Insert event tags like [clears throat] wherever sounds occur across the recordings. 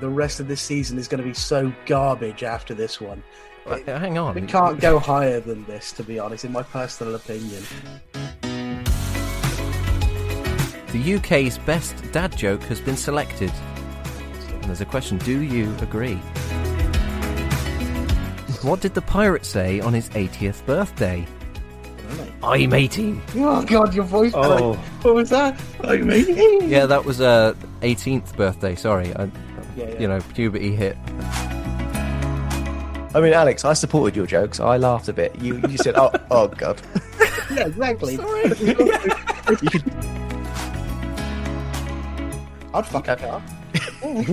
the rest of this season is going to be so garbage after this one. Wait, hang on. It can't go higher than this, to be honest, in my personal opinion. The UK's best dad joke has been selected. And there's a question Do you agree? What did the pirate say on his 80th birthday? I'm 18. Oh god, your voice cracked. Oh. What was that? Oh, Like me? [laughs] Yeah, that was uh, 18th birthday. Sorry, I, Yeah, yeah. you know puberty hit. I mean, Alex, I supported your jokes. I laughed a bit. You, you said, "Oh, oh, god." Yeah, exactly. I'd fuck a car. All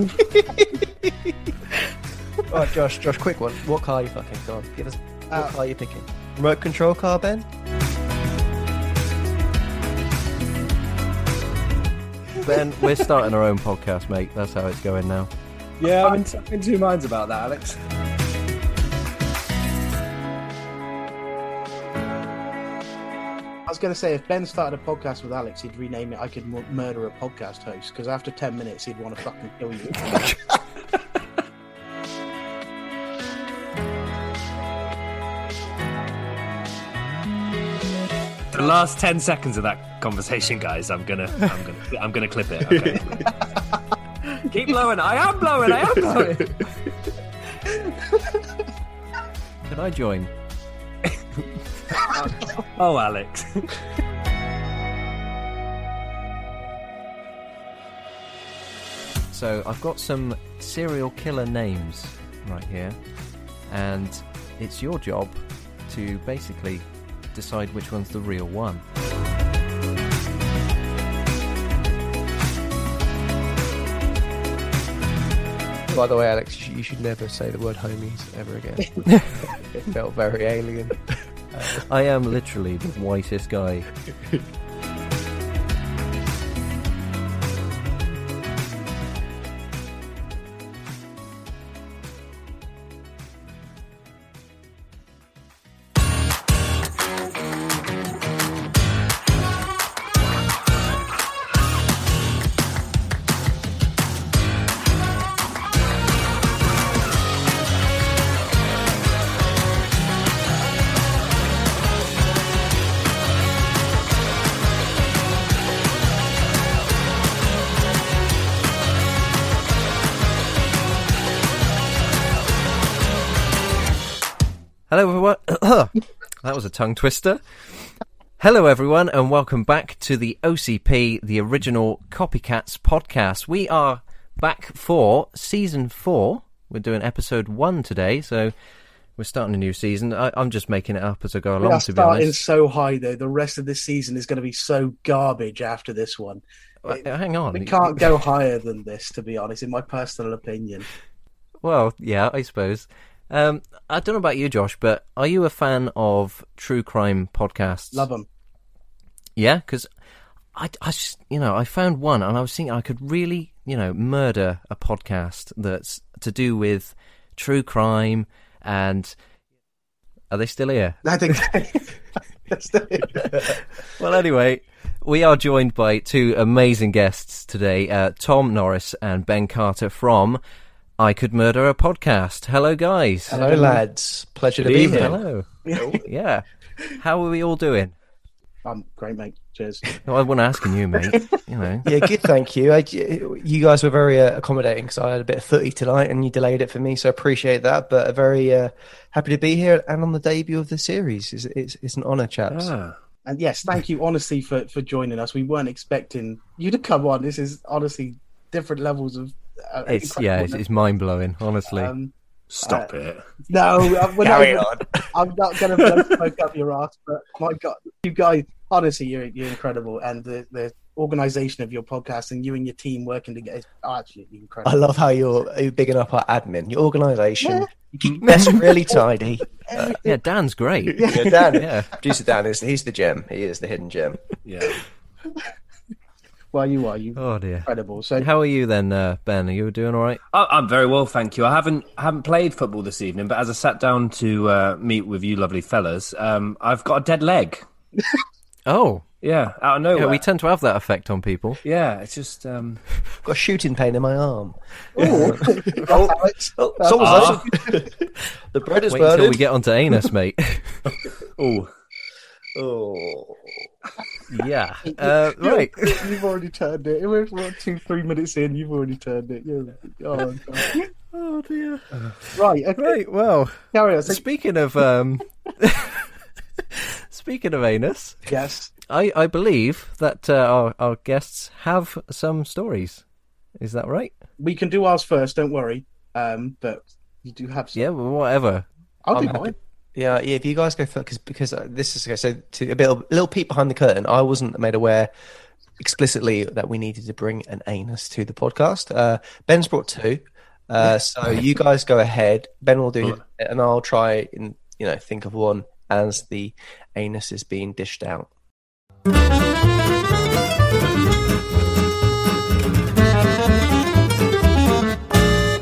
right, Josh, Josh, quick one. What car are you fucking? Go on, give us. What Uh, car are you picking? Remote control car, Ben. Ben, we're starting our own podcast, mate. That's how it's going now. Yeah, I'm I'm in, I'm in two minds about that, Alex. I was going to say, if Ben started a podcast with Alex, he'd rename it I Could Mur- Murder a Podcast Host, because after 10 minutes, he'd want to fucking kill you. the last ten seconds of that conversation, guys. I'm gonna, I'm gonna, [laughs] I'm gonna clip it. Okay. Keep blowing. I am blowing. I am blowing. Can I join? Oh, Alex. So I've got some serial killer names right here, and it's your job to basically decide which one's the real one. By the way, Alex, you you should never say the word homies ever again. it felt very alien. I am literally the whitest guy. Hello, everyone. [coughs] that was a tongue twister. Hello, everyone, and welcome back to the OCP, the original Copycats podcast. We are back for season four. We're doing episode one today, so we're starting a new season. I, I'm just making it up as I go We along, are to be starting honest. so high, though. The rest of this season is going to be so garbage after this one. Uh, Hang on. We can't go higher than this, to be honest, in my personal opinion. Well, yeah, I suppose. Um, I don't know about you, Josh, but are you a fan of true crime podcasts? Love them. Yeah, because I, I just- you know, I found one and I was thinking I could really, you know, murder a podcast that's to do with true crime and. Are they still here? I think [laughs] that's Well, anyway, we are joined by two amazing guests today uh, Tom Norris and Ben Carter from I Could Murder a Podcast. Hello, guys. Hello, lads. Pleasure to be evening. here. Hello. [laughs] yeah. How are we all doing? I'm Um, great, mate. Cheers. No, I wasn't asking you, mate. You know. Yeah, good. Thank you. I, you guys were very uh, accommodating because I had a bit of footy tonight, and you delayed it for me, so I appreciate that. But very uh, happy to be here and on the debut of the series. It's, it's, it's an honour, chaps. Ah. And yes, thank you, honestly, for, for joining us. We weren't expecting you to come on. This is honestly different levels of. Uh, It's incredible- yeah, it's, it's mind blowing, honestly. Um, Stop it. no, I'm, we're [laughs] Carry not, on. [laughs] I'm not going to blow smoke up your ass, but my God, you guys, honestly, you're, you're incredible. And the, the organization of your podcast and you and your team working together is absolutely incredible. I love how you're you're bigging up our admin, your organisation. Yeah. You keep That's really tidy. yeah, Dan's great. Yeah, [laughs] Dan. Yeah. Producer Dan is he's the gem. He is the hidden gem. Yeah. Well, you are. You're Oh dear. incredible. So, How are you then, uh, Ben? Are you doing all right? I- I'm very well, thank you. I haven't haven't played football this evening, but as I sat down to uh, meet with you, lovely fellas, um, I've got a dead leg. Oh, Yeah, out of Yeah, nowhere. we tend to have that effect on people. yeah, it's just um, I've got a shooting pain in my arm. That's Alex. Oh, someone's actually- the bread is Wait until burning. we get [laughs] onto anus, mate. oh, Oh. [laughs] yeah. [laughs] Uh, right. [laughs] You've already turned it. We're what, two, three minutes in. You've already turned it. You're, oh, [laughs] God. Oh dear. Right. Okay. Right. Well, Carry on. So, speaking of um, [laughs] speaking of anus, yes. I I believe that uh, our our guests have some stories. Is that right? We can do ours first. Don't worry. Um, but you do have. Some. Yeah. Well, whatever. I'll I'm do happy. mine. Yeah, yeah. If you guys go first, because because uh, this is okay. So to a bit, a little peek behind the curtain. I wasn't made aware explicitly that we needed to bring an anus to the podcast. Uh, Ben's brought two, uh, so you guys go ahead. Ben will do, it, and I'll try and you know think of one as the anus is being dished out.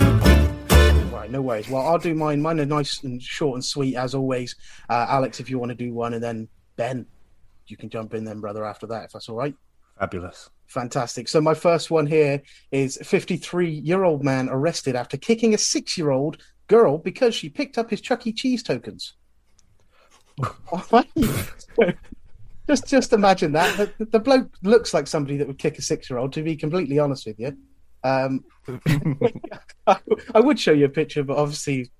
Right, no worries. Well, I'll do mine. Mine are nice and short and sweet as always. Uh, Alex, if you want to do one, and then Ben, you can jump in then, brother. After that, if that's all right. fabulous. Fantastic. So my first one here is 53-year-old man arrested after kicking a six-year-old girl because she picked up his Chuck E. Cheese tokens. [laughs] Alright. So, just just imagine that. The, the bloke looks like somebody that would kick a six-year-old, to be completely honest with you. Um, [laughs] I, I would show you a picture, but obviously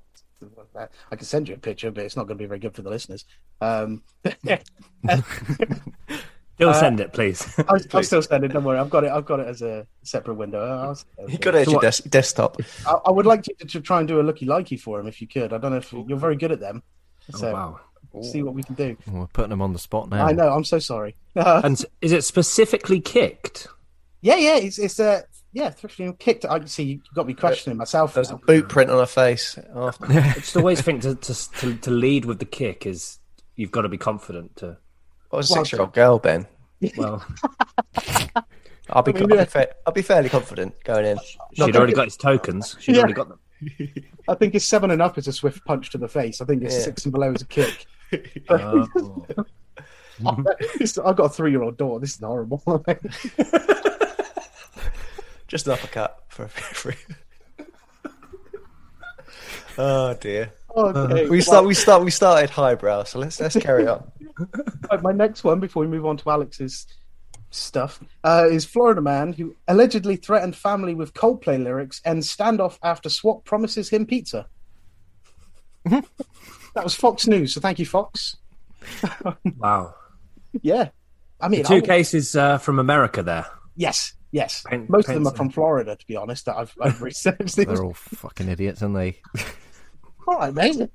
I can send you a picture, but it's not going to be very good for the listeners. Um, [laughs] Still Uh, send it, please. [laughs] I, I'm still sending. Don't worry, I've got it. I've got it as a separate window. I'll- I'll- You got it at So your what- des- desktop. I, I would like you to, to try and do a looky likey for him if you could. I don't know if you're very good at them. So oh, wow. see what we can do. We're putting them on the spot now. I know. I'm so sorry. yeah, And s- is it specifically kicked? yeah. It's it's uh, yeah. Thrifting kicked. I see. You got me questioning myself. There's a now. boot print on her face. After. [laughs] I just always think to, to to to lead with the kick is you've got to be confident to. What was Oh, a six-year-old girl, Ben? Well, I'll be, I mean, I'll, yeah. be fa- I'll be fairly confident going in. she'd already got his tokens. She'd Yeah. already got them. I think it's seven and up is a swift punch to the face. I think it's Yeah. six and below is a [laughs] kick. Oh. Um, [laughs] It's- I've got a three year old daughter. This is horrible. [laughs] Uh-huh. Just an uppercut for a free. [laughs] oh dear. okay. We start. We start. We started highbrow. So let's let's carry on. Right, my next one before we move on to Alex's stuff uh, is Florida man who allegedly threatened family with Coldplay lyrics and standoff after SWAT promises him pizza. Mm-hmm. [laughs] that was Fox News, so thank you, Fox. Wow. Yeah, I mean, I Two would- cases uh, from America there. yes, yes. Paint- Most of them paint- are from Florida, to be honest. That I've, I've researched. [laughs] They're all fucking idiots, aren't they? all right, mate.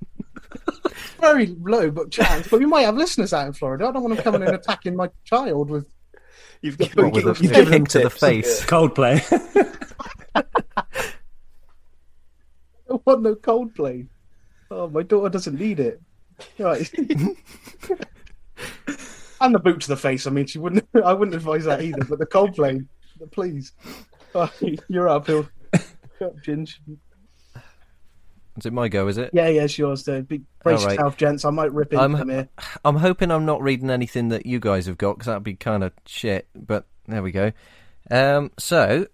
Very low but chance, but we might have listeners out in Florida. I don't want them coming [laughs] and attacking my child with You've What, with a you've kick given to the tips. face. Coldplay. [laughs] don't want no Coldplay. Oh, my daughter doesn't need it. Right. and the boot to the face. I mean, she wouldn't. [laughs] I wouldn't advise that either. But the Coldplay, please. Right, you're up, Hill. Up, Ginge. Is it my go? Is it? Yeah, yeah, it's yours. Though. Be, brace All right. yourself, gents. I might rip into I'm- them [laughs] here. I'm hoping I'm not reading anything that you guys have got because that'd be kind of shit. But there we go. Um, so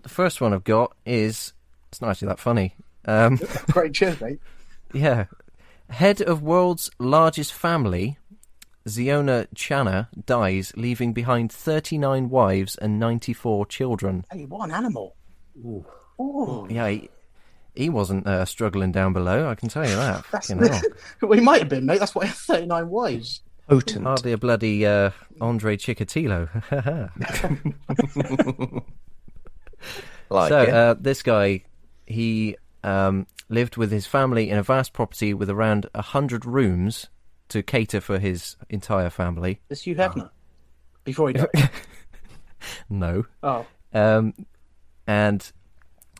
the first one I've got is it's not actually that funny. Um, [laughs] Great cheers, mate. yeah, head of world's largest family, Ziona Chana dies, leaving behind 39 wives and 94 children. Hey, what an animal. Ooh. Yeah, he, he wasn't uh, struggling down below. I can tell you that. Fucking hell. well, he might have been, mate. That's why he had 39 wives. Potent. Hardly a bloody uh, Andre Chikatilo. [laughs] like so it. uh, this guy, he um, lived with his family in a vast property with around a hundred rooms to cater for his entire family. It's Hugh Hefner. Before he died. [laughs] No, oh. um, and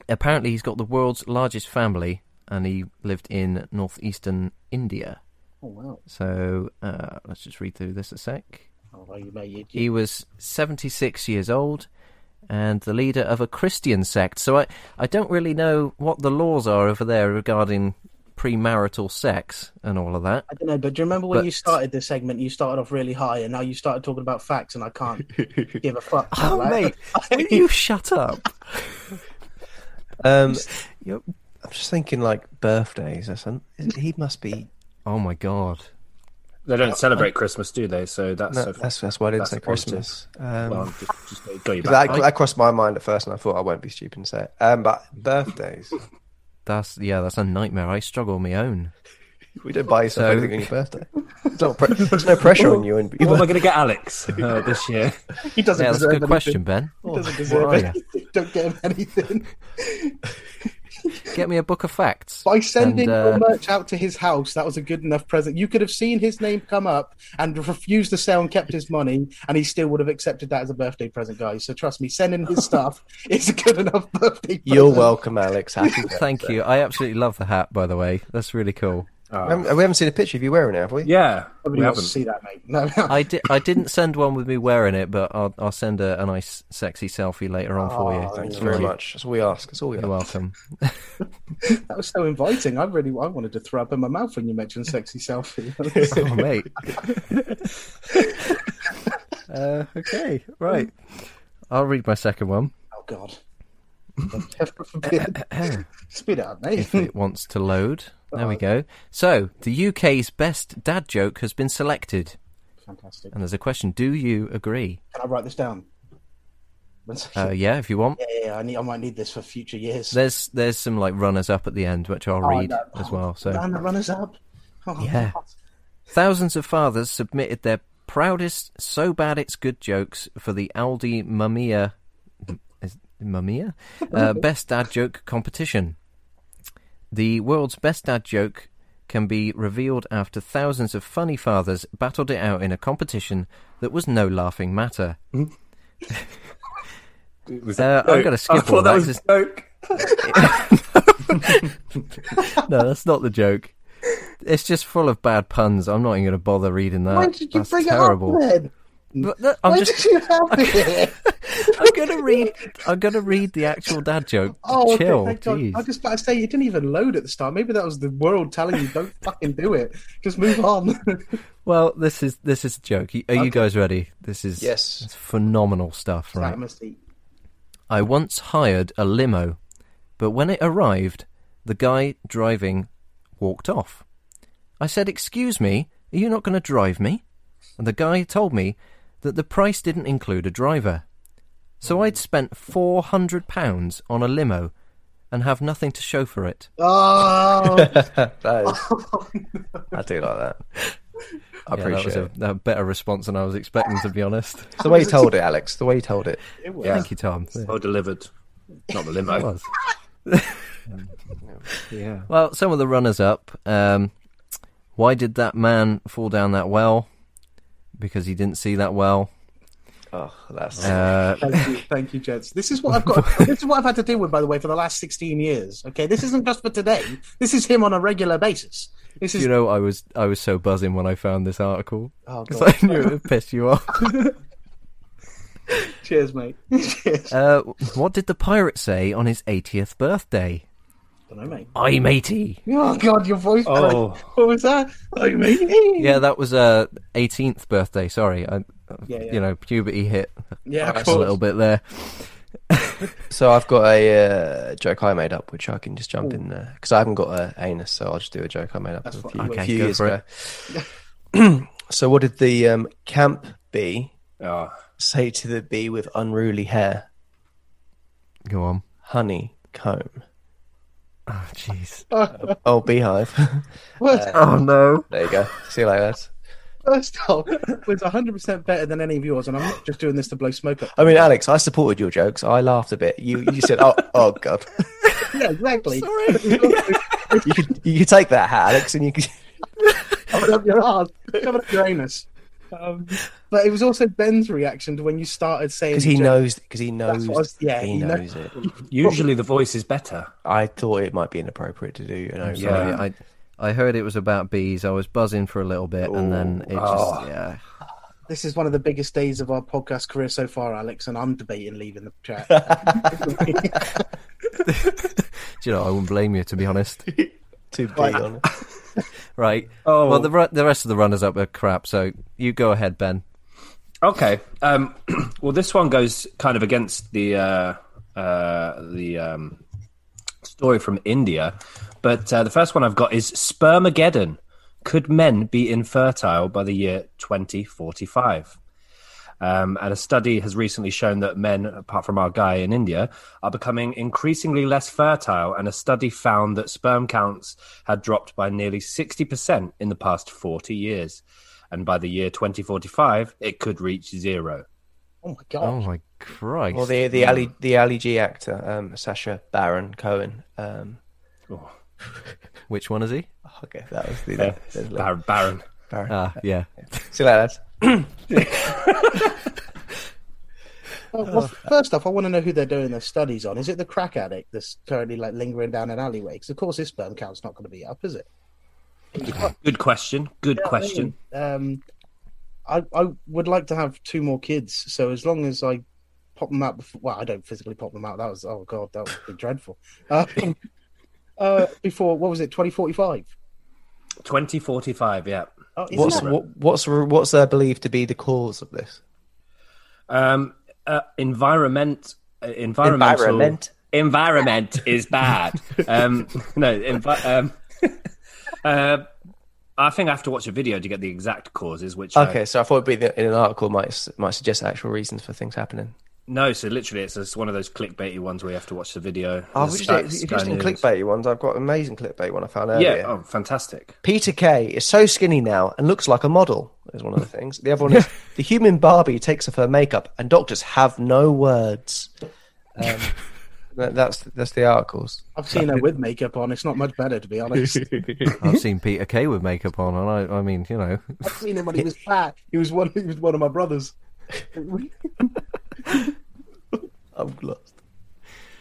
apparently he's got the world's largest family, and he lived in northeastern India. Oh, wow. So uh, let's just read through this a sec. Oh, well, you, mate, you, you, He was 76 years old and the leader of a Christian sect. So I, I don't really know what the laws are over there regarding premarital sex and all of that. I don't know, but do you remember when But- you started this segment? You started off really high, and now you started talking about facts, and I [laughs] can't give a fuck. now, Oh, like- mate, [laughs] will you shut up? Um, Yep. I'm just thinking like birthdays or something. Is- He must be. Oh my god. They don't celebrate Christmas, do they? So that's No, that's that's why I didn't That's say a positive. Christmas. Um, well, just, just go you that, back. that crossed my mind at first, and I thought I won't be stupid and say it. Um, but birthdays, That's yeah, that's a nightmare. I struggle on my own. we don't buy yourself So- anything on your birthday. There's no, pre- there's no pressure on you. And What am I going to get Alex uh, this year? [laughs] He doesn't Yeah, that's a deserve good anything. question, Ben. He doesn't Where deserve are anything. Don't get him anything. Get me a book of facts. By sending And, your uh, merch out to his house, that was a good enough present. You could have seen his name come up and refused to sell and kept his money, and he still would have accepted that as a birthday present, guys. So trust me, sending his stuff [laughs] is a good enough birthday present. [laughs] You're welcome, Alex. Happy birthday. Thank you. I absolutely love the hat, by the way. That's really cool. We haven't, we haven't seen a picture of you wearing it, have we? Yeah, we Nobody wants to haven't. see that, mate. No, [laughs] no. I, di- I didn't send one with me wearing it, but I'll, I'll send a, a nice, sexy selfie later on for you. Oh, thank you very much. That's all we ask. That's all we You're ask. welcome. [laughs] that was so inviting. I really, I wanted to throw up in my mouth when you mentioned sexy selfie. [laughs] oh, mate. uh, okay, right. I'll read my second one oh [laughs] God. Heaven forbid. Speed it up, mate. if it wants to load. There we go. So, the UK's best dad joke has been selected. Fantastic. And there's a question Do you agree? Can I write this down? One second. Uh, yeah, if you want. yeah, yeah, yeah, I need. I might need this for future years. There's there's some like runners up at the end, which I'll Oh, read no. as well. So and the runners up. Oh, Yeah. God. Thousands of fathers submitted their proudest, so bad it's good jokes for the Aldi Mamiya, is- [laughs] Mamiya? Uh, Best Dad Joke competition. The world's best dad joke can be revealed after thousands of funny fathers battled it out in a competition that was no laughing [laughs] matter. Uh, I'm going to skip I all thought that that was 'cause- a joke. no, that's not the joke. It's just full of bad puns. I'm not even going to bother reading that. Why did you that's bring terrible. it up then? But that- I'm Why just did [laughs] you have it? [laughs] I'm gonna read. I'm gonna read the actual dad joke. Oh, okay, Chill, thank God. jeez. I was just about to say you didn't even load at the start. Maybe that was the world telling you don't fucking do it. Just move on. [laughs] Well, this is this is a joke. Are you guys ready? This is Yes. it's phenomenal stuff, right? That must be- I once hired a limo, but when it arrived, the guy driving walked off. I said, Excuse me, are you not going to drive me? And the guy told me that the price didn't include a driver. So I'd spent £400 on a limo and have nothing to show for it. Oh, [laughs] That [laughs] is- I do like that. Yeah, I appreciate that it. was a, a better response than I was expecting, to be [laughs] honest. It's the way you told it, Alex. The way you told it. it was. Thank you, Tom. Well delivered. Not the It limo. was. yeah. Well, some of the runners up. Um, why did that man fall down that well? Because he didn't see that well. Oh, that's Uh, Thank [laughs] you, thank you, gents. This is what I've got. this is what I've had to deal with, by the way, for the last sixteen years. Okay, this isn't just for today. This is him on a regular basis. This is you know, I was I was so buzzing when I found this article [laughs] oh, because God. I knew it would piss you off. [laughs] cheers, mate. [laughs] cheers. Uh, what did the pirate say on his 80th birthday? Dunno, mate. I'm 80. Oh God, your voice. Oh. cracked. what was that? Oh, you mean? Yeah, that was uh 18th birthday. Sorry, I, Yeah, yeah. you know, puberty hit [laughs] yeah, of a little course. bit there. So I've got a uh, joke I made up, which I can just jump in there because I haven't got a anus, so I'll just do a joke I made up a fine. few, Okay, few go years for ago. [clears throat] so what did the um, camp bee Oh, say to the bee with unruly hair? Go on. Honey comb. Oh, jeez. Oh, beehive. [laughs] First, Oh no. there you go. See you later. first off, it was hundred percent better than any of yours, and I'm not just doing this to blow smoke up. I mean, Alex, I supported your jokes. I laughed a bit. You you said, "Oh, oh God." [laughs] Yeah, exactly. [laughs] You could you could take that hat, Alex, and you could. Covered up your ass. Covered up your anus. Um, but it was also Ben's reaction to when you started saying because he the joke. knows because he knows what I was- yeah, he, he kno- knows it. usually the voice is better. I thought it might be inappropriate to do an Yeah, overlay. I I heard it was about bees. I was buzzing for a little bit, and then it just Oh. yeah. This is one of the biggest days of our podcast career so far, Alex, and I'm debating leaving the chat. Do you know? I wouldn't blame you to be honest. [laughs] to be honest. Right. Oh. Well, the, re- the rest of the runners up are crap, so you go ahead, Ben. Okay. Um, [clears throat] well, this one goes kind of against the uh, uh, the um, story from India, but uh, the first one I've got is Spermageddon. Could men be infertile by the year 2045? Um, and a study has recently shown that men, apart from our guy in India, are becoming increasingly less fertile. And a study found that sperm counts had dropped by nearly 60% in the past 40 years. And by the year 2045, it could reach zero. Oh my Oh god! my Christ! Well, the the Ali the Ali G actor, um, Sasha Baron Cohen. Um, Oh, Which one is he? okay, that was the yeah. there's a little Bar- Baron. Baron. Ah, yeah. See you later, lads. Well, well, first off, I want to know who they're doing their studies on. Is it the crack addict that's currently like lingering down an alleyway? Because of course his sperm count's not going to be up, is it? Good question. Good question. Um, I I would like to have two more kids. So as long as I pop them out, before, well, I don't physically pop them out. That was oh god, that would be dreadful. [laughs] Um, uh, before what was it? Twenty forty five. 2045, yeah. Oh, isn't What's that- what, what's what's uh, believed to be the cause of this? Um, uh, environment, uh, environmental, Environment. environment [laughs] is bad. um, no, envi- um, uh, I think I have to watch a video to get the exact causes. Which uh, I- Okay, so I thought it'd be in an article might s- might suggest actual reasons for things happening. no, so literally, it's just one of those clickbaity ones where you have to watch the video. Oh, There's if Sky- you're just Sky in News. clickbaity ones, I've got an amazing clickbait one I found Yeah, earlier. oh, fantastic. Peter Kay is so skinny now and looks like a model, is one of the [laughs] things. The other one is the human Barbie takes off her makeup and doctors have no words. [laughs] Um, that- that's that's the articles. I've seen her with makeup on. It's not much better, to be honest. I've seen Peter Kay with makeup on, and I, I mean, you know, [laughs] I've seen him when he was fat. He was one. He was one of my brothers. Oh, I'm lost.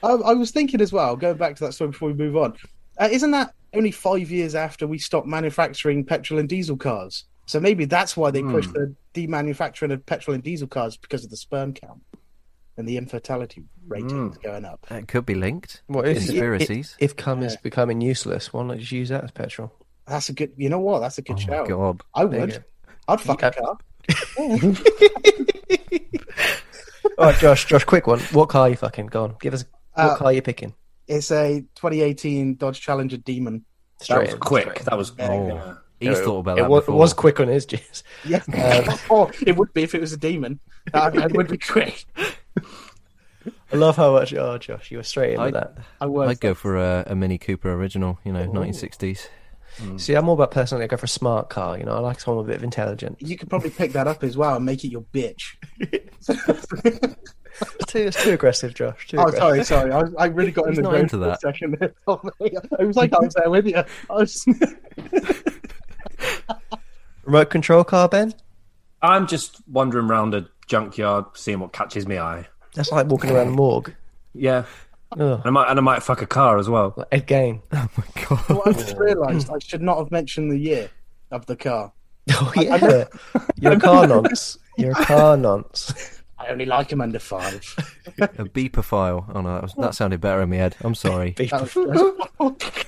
I, I was thinking as well, going back to that story before we move on, uh, isn't that only five years after we stopped manufacturing petrol and diesel cars? So maybe that's why they pushed the demanufacturing of petrol and diesel cars because of the sperm count and the infertility rate is going up. that could be linked. What if, Conspiracies. If, if cum is becoming useless, why not just use that as petrol? That's a good, you know what? That's a good Oh, shout. God. I you would. go. I'd fuck a Yeah. car. [laughs] All right, Josh, Josh, quick one. What car you fucking? Go on. Give us what Uh, car you picking. It's a 2018 Dodge Challenger Demon. That Straight was in, quick. straight That was. Oh, he's in. thought about it that was, it before. was quick on his [laughs] jizz. Yeah, [laughs] oh, it would be if it was a demon. That, that would be great. I love how much you are, Josh. You were straight in with I- that. I [laughs] was. I'd go for a, a Mini Cooper original, you know, 1960s. Mm. See, I'm all about personally. I go for a smart car. You know, I like someone with a bit of [laughs] intelligence. You could probably pick that up as well and make it your [laughs] bitch. [laughs] It's too, it's too aggressive, Josh. Too Oh, aggressive. sorry, sorry. I, I really got He's in the not zone into for a that. second. there, Tommy. I was like, I was there with you. I was... [laughs] Remote control car, Ben. I'm just wandering around a junkyard, seeing what catches my eye. That's like walking around the morgue. Yeah, Ugh. and I might, and I might fuck a car as well. Like [laughs] Ed Gain. Oh, my [laughs] God. What I just realised I should not have mentioned the year of the car. [laughs] Oh yeah, you're a car nonce. You're a car [laughs] nonce. I only like him under five. A beeper file. Oh no, that, was, that sounded better in my head. I'm sorry. That was-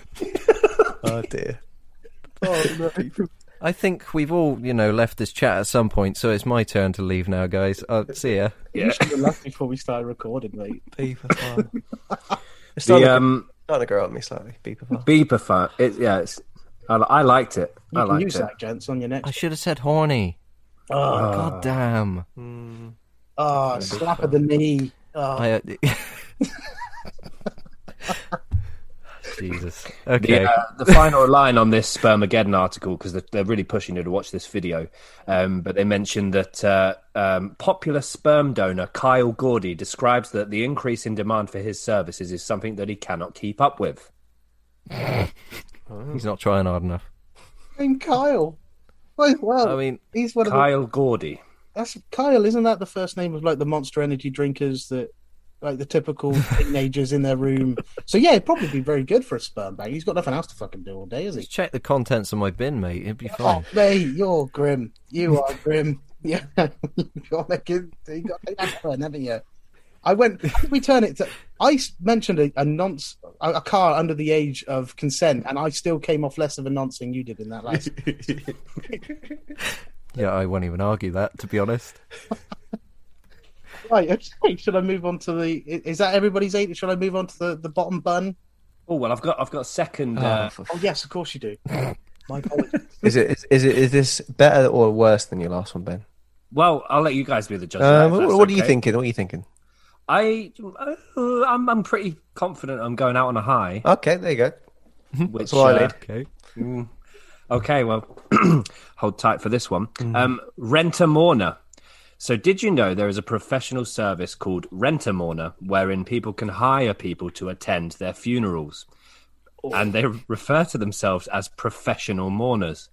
[laughs] that was- Oh dear. I think we've all, you know, left this chat at some point, so it's my turn to leave now, guys. Uh, see ya. [laughs] Yeah. You left before we started recording, mate. Beeper file. It's starting, The to, um, starting to grow on me slightly. Beeper file. beeper file. It, yeah, it's, I, I liked it. I You can liked use it. that, gents, on your I next. should have said horny. Ah. Oh, God damn. oh slap of the knee. Oh, I, uh, Jesus. Okay. The, uh, the final line on this Spermageddon article, because they're, they're really pushing you to watch this video, um, but they mentioned that uh, um, popular sperm donor Kyle Gordy describes that the increase in demand for his services is something that he cannot keep up with. He's not trying hard enough. name Kyle. Well, well, I mean, he's one of the Kyle Gordy. That's Kyle, isn't that the first name of like the Monster Energy drinkers that, like the typical teenagers in their room? So yeah, it'd probably be very good for a sperm bank. He's got nothing else to fucking do all day, is he? just check the contents of my bin, mate. It'd be Oh, fine. mate, you're [laughs] grim. You are grim. Yeah, you got to make it. You got to make that happen, haven't you? I went. We turn it to. I s- mentioned a, a nonce, a, a car under the age of consent, and I still came off less of a nonce than you did in that last. Yeah, I won't even argue that, to be honest. right. Okay. Should I move on to the? i- Is that everybody's eight? Should I move on to the, the bottom bun? Oh well, I've got I've got a second. Oh, Uh, for Oh f- yes, of course you do. My apologies. [laughs] is it is, is it is this better or worse than your last one, Ben? well, I'll let you guys be the judge. of that, Uh, if what, that's what are you okay. thinking? What are you thinking? I uh, I'm I'm pretty confident I'm going out on a high. Okay, there you go. Which, what I uh, need. Okay. Okay, well, [clears throat] hold tight for this one. Mm. Um, Rent a Mourner. So, did you know there is a professional service called Rent a Mourner wherein people can hire people to attend their funerals? Oh. And they refer to themselves as professional mourners.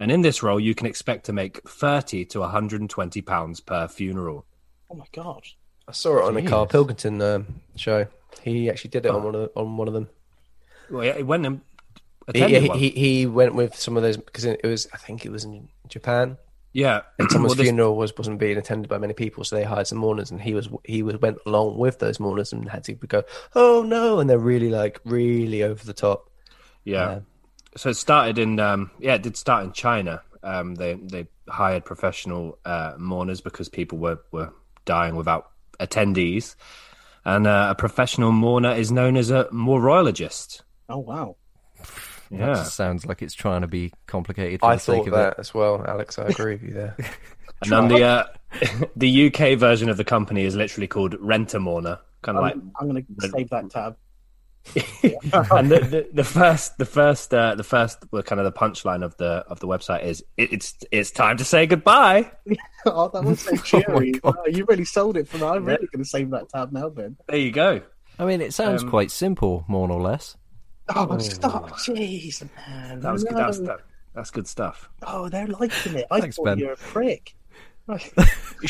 And in this role, you can expect to make 30 to 120 pounds per funeral. oh my god. I saw it on a Carl Pilkington um, show. He actually did it on one of the, on one of them. Well, yeah, when um, He, attended he, one. he he went with some of those because it was I think it was in Japan. yeah. Someone's [clears throat] Well, this- funeral was wasn't being attended by many people, so they hired some mourners, and he was he was went along with those mourners and had to go, oh no, and they're really like really over the top. Yeah. So it started in um yeah, it did start in China. Um they they hired professional uh mourners because people were were dying without attendees. And uh, a professional mourner is known as a morologist. Oh wow. That Yeah. just sounds like it's trying to be complicated for I the sake thought of that as well, Alex. I agree with you there. And then the uh, [laughs] the UK version of the company is literally called rent a mourner, kind of like [laughs] I'm, I'm going to save that [laughs] tab. and the, the, the first the first uh, the first well, kind of the punchline of the of the website is it, it's it's time to say goodbye. oh, that [laughs] was so cheery. Wow, you really sold it for that. I'm really going to save that tab now, Ben. There you go. it. I mean, it sounds Um, quite simple, more or less. Oh, stop! Jeez, man. That was good. That was, No. that, that's good stuff. Oh, they're liking it. I Thanks, thought Ben. you're a [laughs] prick. Oh,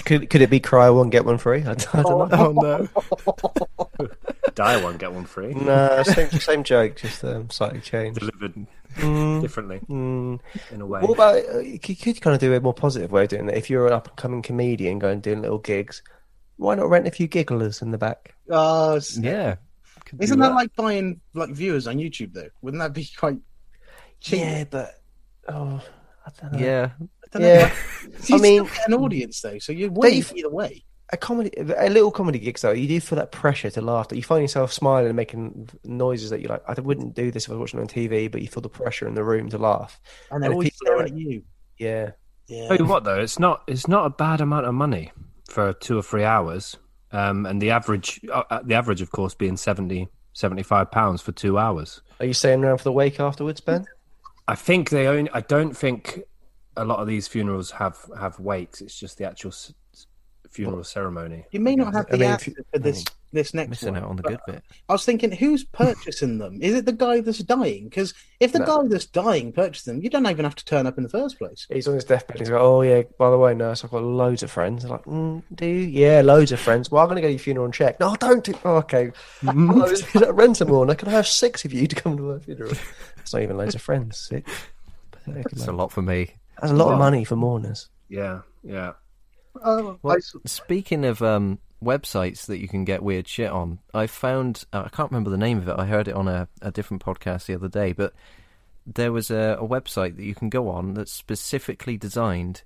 could could it be cry one get one free? I, don't- I don't know. Oh no! Die one, get one free. No, same same joke, just um, slightly changed. Mm, delivered differently in a way. What about uh, you could- could kind of do a more positive way of doing that? If you're an up and coming comedian going doing little gigs, why not rent a few gigglers in the back? Oh, s- Yeah. Could do isn't that like buying like viewers on YouTube though? Wouldn't that be quite? Cheap? Yeah, but oh, I don't know. Yeah. I, yeah. I I mean- mean, an audience though, so you're winning Dave- either way. A comedy, a little comedy gigs though, you do feel that pressure to laugh. That you find yourself smiling and making noises that you like. I wouldn't do this if I was watching on TV, but you feel the pressure in the room to laugh. And they're And if always people are Oh, staring at you. Yeah, Yeah. Tell you what though, it's not it's not a bad amount of money for two or three hours, um, and the average uh, uh, the average of course being 70, 75 pounds for two hours. are you staying around for the wake afterwards, Ben? I think they only. I don't think a lot of these funerals have have wakes. It's just the actual s- s- funeral ceremony. You may not have I the mean, if answer you- for this this next Hmm. missing one. out on the good bit. I was thinking, who's purchasing them? Is it the guy that's dying? Because if the guy that's dying purchases them, you don't even have to turn up in the first place. He's on his deathbed. He's like, "Oh yeah, by the way, nurse, I've got loads of friends." I'm like, mm, "Do you? Yeah, loads of friends. Well, I'm going to go to your funeral and check." No, don't. Do- oh, okay. Mm-hmm. [laughs] well, is, is that rent a mourner? Can I have six of you to come to my funeral? It's not even loads of friends. Six. Pathetic, It's man. a lot for me. That's a lot of money for mourners. Yeah, yeah. Oh, Well, speaking of um, websites that you can get weird shit on, I found uh, I can't remember the name of it. I heard it on a, a different podcast the other day, but there was a, a website that you can go on that's specifically designed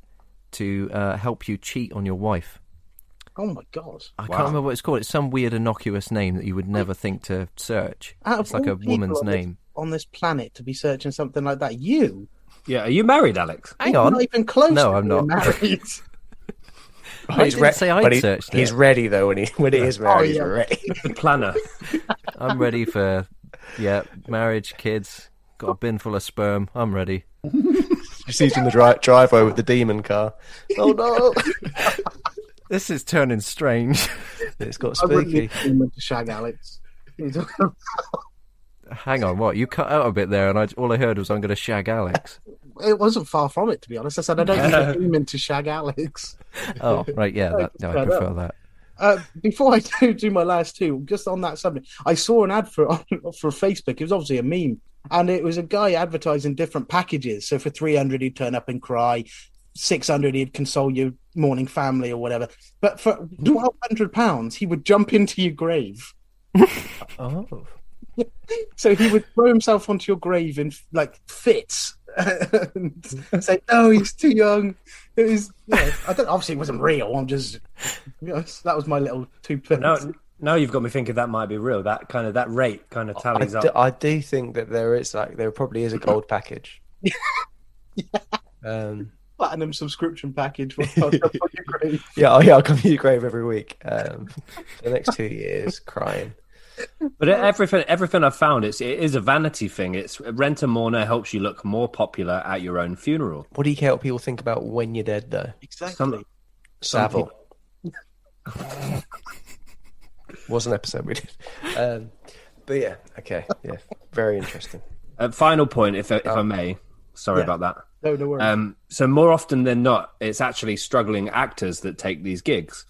to uh, help you cheat on your wife. oh my god! I can't remember what it's called. It's some weird innocuous name that you would never think to search. Out of It's like all a people woman's on this- name. on this planet to be searching something like that. You, Yeah, are you [laughs] married, Alex? Hang You're on, not even close. No, to I'm being not. [laughs] married. I didn't say I'd but he- searched He's it. ready though when he when he is married. he's yeah. [laughs] ready. The planner. I'm ready for yeah, marriage, kids. Got a bin full of sperm. I'm ready. He sees him in the dri- driveway with the demon car. Oh no! [laughs] This is turning strange. it's got I wouldn't spooky. even want to shag Alex. [laughs] it Hang on, what? You cut out a bit there, and I, all I heard was I'm going to [laughs] shag Alex. wasn't far from it, to be honest. I said I don't think [laughs] I'm aiming to shag Alex. Oh, right, yeah, that, no, I Shut prefer that. Uh, before I [laughs] do, do my last two, just on that subject, I saw an ad for [laughs] on, for Facebook. It was obviously a meme, and it was a guy advertising different packages. So for three hundred, he'd turn up and cry. 600 he'd console your mourning family or whatever but for 1200 pounds he would jump into your grave Oh. so he would throw himself onto your grave in like fits [laughs] and say no he's too young it was you know, i don't obviously it wasn't real i'm just you know, that was my little two pence No, now you've got me thinking that might be real. That kind of that rate kind of I tallies do, up. I do think that there is like there probably is a gold [laughs] package. Um, platinum subscription package for for your grave. yeah, [laughs] oh, yeah, I'll come to your grave every week um, [laughs] for the next two years, crying. But everything everything I've found, it's it is a vanity thing. It's rent a mourner helps you look more popular at your own funeral. What do you care what people think about when you're dead, though? exactly Some- Savile. [laughs] was an episode we did. Um, but yeah, okay, yeah, very interesting. [laughs] Uh, final point, if if I may. Oh. Sorry Yeah. about that. no no worries Um, so more often than not, it's actually struggling actors that take these gigs.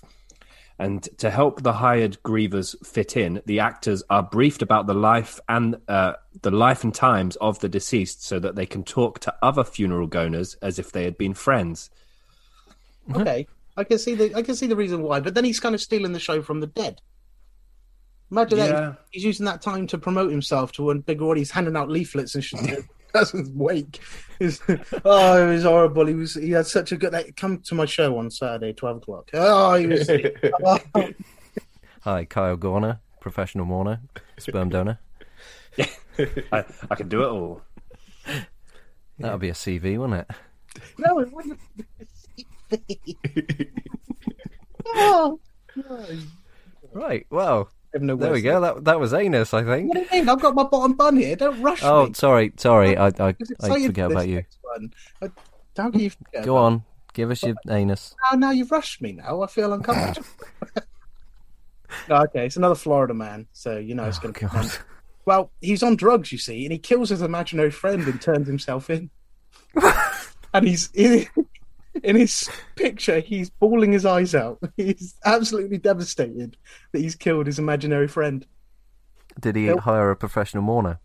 And to help the hired grievers fit in, the actors are briefed about the life and uh, the life and times of the deceased, so that they can talk to other funeral goners as if they had been friends. okay i can see the i can see the reason why but then he's kind of stealing the show from the dead imagine Yeah. that he's using that time to promote himself to a bigger audience handing out leaflets and shit person's wake It's- oh it was horrible he was he had such a good like, come to my show on saturday 12 o'clock oh he [laughs] was oh, Hi, Kyle Gorner, professional mourner, sperm donor. I, I can do it all. That would be a CV, wouldn't it? no it wasn't [laughs] oh, no. Right. Well, I have no there we words. go. That that was anus, I think. What do you mean? I've got my bottom bun here. Don't rush Oh, me. sorry, sorry. I I, It's I exciting forget for about this you. next one. I- How can you forget? Go on, give us your [laughs] anus. Now, now you've rushed me. Now I feel [laughs] uncomfortable. [laughs] No, okay, it's another Florida man, so you know it's going to be. Oh, God. fun. Well, he's on drugs, you see, and he kills his imaginary friend and turns himself [laughs] in. and he's in, in his picture, he's bawling his eyes out. [laughs] He's absolutely devastated that he's killed his imaginary friend. [laughs] Did he Nope. hire a professional mourner?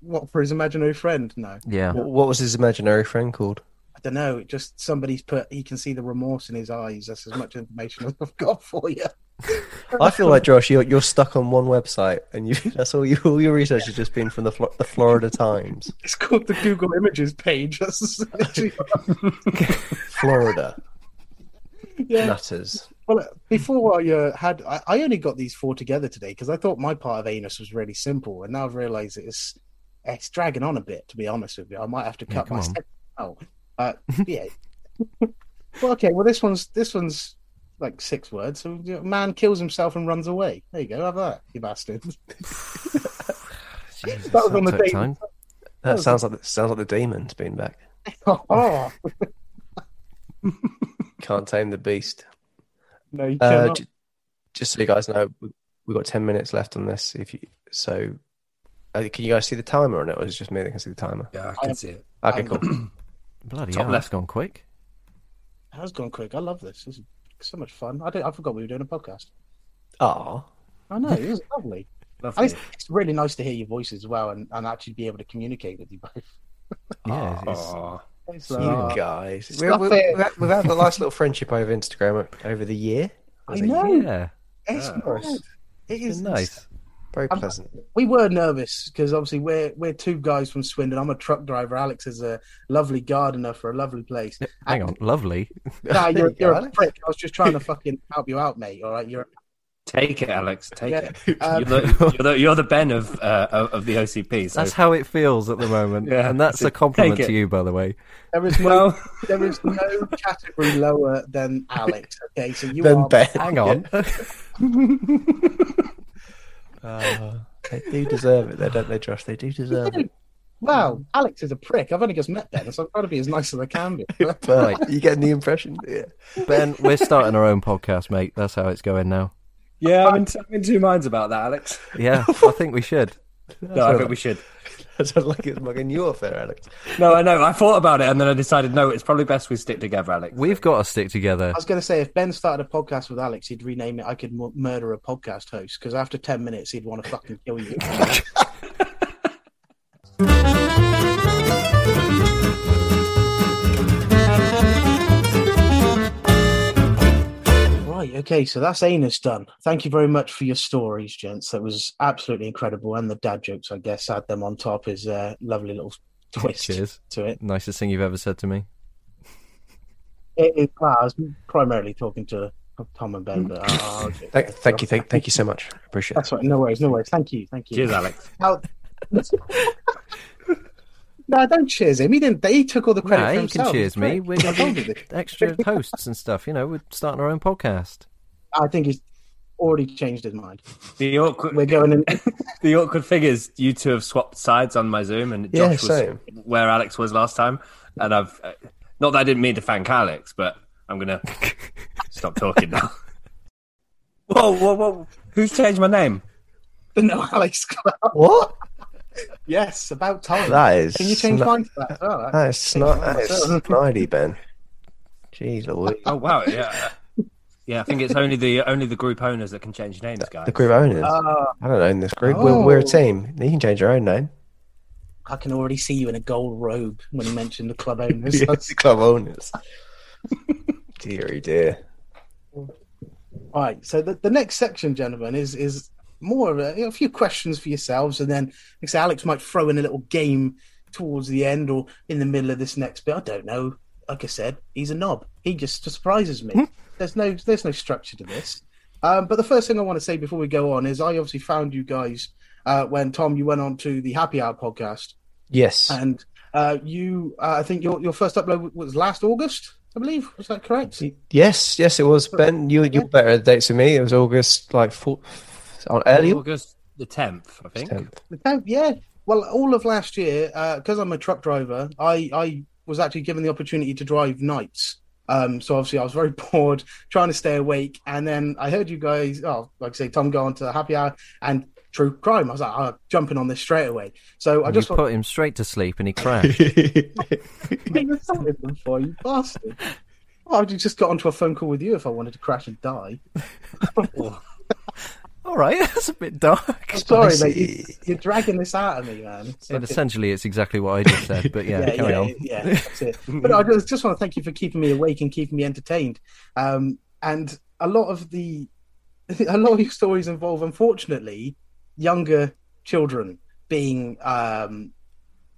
What for his imaginary friend? No. Yeah. Wh- What was his imaginary friend called? I don't know. It just somebody's put. He can see the remorse in his eyes. That's as much information as I've got for you. I feel like Josh, you're you're stuck on one website, and you [laughs] that's all you all your research has just been from the Flo- the Florida Times, It's called the Google Images page. [laughs] That's literally Florida yeah. nutters. Well, before I uh, had, I, I only got these four together today because I thought my part of anus was really simple, and now I've realised it's it's dragging on a bit. To be honest with you, I might have to Yeah, cut come my on. second out. Uh, yeah. well, okay. Well, this one's this one's like six words. So, you know, man kills himself and runs away. There you go. Have that, you bastard. Jesus, that was on the took date. time. That sounds like sounds like the demon's been back. oh, Can't tame the beast. [laughs] no, you Uh, cannot. j- just so you guys know, we- we've got ten minutes left on this. If you so, uh, can you guys see the timer on it, or is it just me that can see the timer? Yeah, Um, I can see it. Okay, cool. [clears throat] Bloody Top hell, left. that's gone quick. That has gone quick. I love this. This is so much fun. I, did, I forgot we were doing a podcast. Ah, I know. [laughs] It was lovely. And Lovely. it's, it's really nice to hear your voice as well and, and actually be able to communicate with you both. [laughs] Yeah, it's- Aw. It's, you uh, guys, we, Stop we, it. we've had- we've had the last little friendship over Instagram o- over the year. I know. yeah, It's Yeah. nice. It it's is nice. Very I'm- pleasant. We were nervous because obviously we're we're two guys from Swindon. I'm a truck driver. Alex is a lovely gardener for a lovely [laughs] place. Hang on, lovely. Nah, There you're, you go, you're a Alex. prick. I was just trying to fucking help you out, mate. All right, you're Take it, Alex. Take yeah. it. Um, [laughs] You're the, you're, the, you're the Ben of uh, of of the OCP. So That's how it feels at the moment, Yeah, and that's a take compliment it. to you, by the way. there [laughs] is no [laughs] well, there is no category lower than Alex. Okay, [laughs] so you Then are Ben, Hang on. Uh, they do deserve it, though, don't they, Josh? [laughs] They do deserve it. Wow, Alex is a prick. I've only just met Ben, so I've got to be as nice as I can be. [laughs] But you get the impression. [laughs] Yeah. [laughs] Ben, we're starting our own podcast, mate. That's how it's going now. yeah, [laughs] I'm in, I'm in two minds about that, Alex. Yeah, I think we should. No, I think we should. That's not like it's mugging you off there, Alex. No, I know. I thought about it, and then I decided no. It's probably best we stick together, Alex. We've got to stick together. I was going to say, if Ben started a podcast with Alex, he'd rename it I Could M- Murder a Podcast Host, because after 10 minutes, he'd want to fucking kill you. [laughs] Okay, so that's anus done. Thank you very much for your stories, gents. That was absolutely incredible, and the dad jokes. I guess add them on top is a lovely little twist Cheers. to it. Nicest thing you've ever said to me. It is. Well, I was primarily talking to Tom and Ben, but uh, okay. Thank, thank you, thank, thank you so much. Appreciate it. that's right. No worries. No worries. Thank you. Thank you. Cheers, Alex. Now- no, don't cheers him. He didn't. He took all the credit. Nah, for you himself. can cheers me. We're I gonna told you be this. extra hosts and stuff. You know, we're starting our own podcast. I think he's already changed his mind. The awkward, We're going in. [laughs] the awkward thing is you two have swapped sides on my Zoom, and Yeah, Josh same. was where Alex was last time. And I've uh, not that I didn't mean to thank Alex, but I'm [laughs] gonna stop talking now. [laughs] Whoa, whoa, whoa! Who's changed my name? no, Alex. Clark. What? Yes, about time. That is. Uh, Can you change sni- mine for that? as well? That- That is, sni- that is Myself. snidey, Ben. Jeez Louise. Oh wow, yeah, yeah. I think it's only the only the group owners that can change names, guys. The group owners. Uh, oh. I don't own this group. We're, we're a team. You can change your own name. I can already see you in a gold robe when you mentioned the club [laughs] owners. [laughs] It's the [laughs] club owners. Deary dear. All right. So the, the next section, gentlemen, is is more of a, you know, a few questions for yourselves, and then like I say, Alex might throw in a little game towards the end or in the middle of this next bit. I don't know. Like I said, he's a knob. He just surprises me. there's no there's no structure to this. Um, but the first thing I want to say before we go on is I obviously found you guys uh, when Tom you went on to the Happy Hour podcast Yes. and uh, you uh, I think your your first upload was last August, I believe. Was that correct? Yes, yes, it was. Ben, you, you're better at dates than me. It was August, like, four, on early August the tenth, I think. 10th. The town- yeah. Well, all of last year, because I'm a truck driver, I, I was actually given the opportunity to drive nights. Um, so obviously, I was very [laughs] bored trying to stay awake. And then I heard you guys, oh, like I say, Tom go on to happy hour and true crime. I was like, oh, jumping on this straight away. So I And you just want put him straight to sleep, and he [laughs] crashed. [laughs] to before you bastard. Well, I'd have just got onto a phone call with you if I wanted to crash and die. All right, that's a bit dark. Sorry, I mate. You, see. you're dragging this out of me, man. It's And like a- essentially, it's exactly what I just said. But yeah, [laughs] carry yeah, on. [laughs] yeah, that's it. But I just, just want to thank you for keeping me awake and keeping me entertained. Um, and a lot of the, [laughs] a lot of your stories involve, unfortunately, younger children being, um,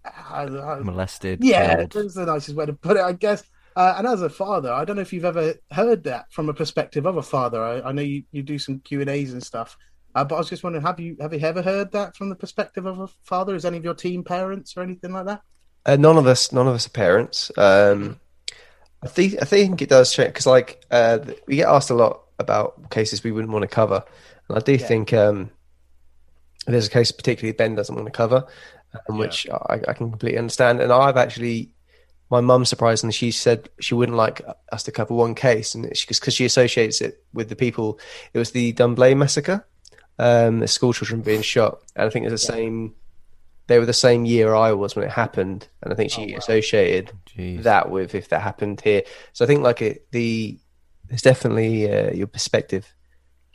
I- I- Molested. yeah, killed. that's the nicest way to put it, I guess. Uh, and as a father, I don't know if you've ever heard that from a perspective of a father. I, I know you, you do some Q and A's and stuff, uh, but I was just wondering, have you have you ever heard that from the perspective of a father? Is any of your team parents or anything like that? Uh, none of us, none of us are parents. Um, I think I think it does change because, like, uh, th- we get asked a lot about cases we wouldn't want to cover, and I do Yeah. think um, there's a case particularly Ben doesn't want to cover, um, Yeah. which I, I can completely understand. And I've actually, my mum surprisingly, she said she wouldn't like us to cover one case, and it's because she associates it with the people. It was the Dunblane massacre, um, the school children being shot, and I think it's the same. They were the same year I was when it happened, and I think she associated Jeez. that with if that happened here. So I think like it, the there's definitely uh, your perspective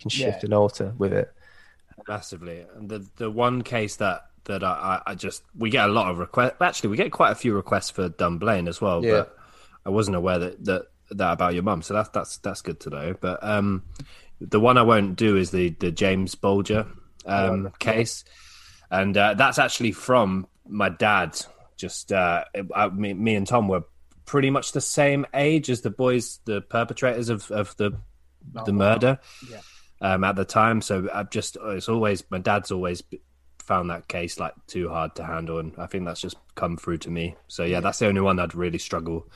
can shift and alter with it. massively. And the the one case that that I, I I just we get a lot of requests. Actually, we get quite a few requests for Dunblane as well. Yeah. But I wasn't aware that that that about your mum. So that's that's that's good to know. But um, the one I won't do is the the James Bolger um case, and uh, that's actually from my dad. Just uh, I, me, me and Tom were pretty much the same age as the boys, the perpetrators of of the the murder Yeah. um, at the time. So I've just it's always my dad's always b- found that case like too hard to handle, and I think that's just come through to me. So yeah, that's the only one I'd really struggle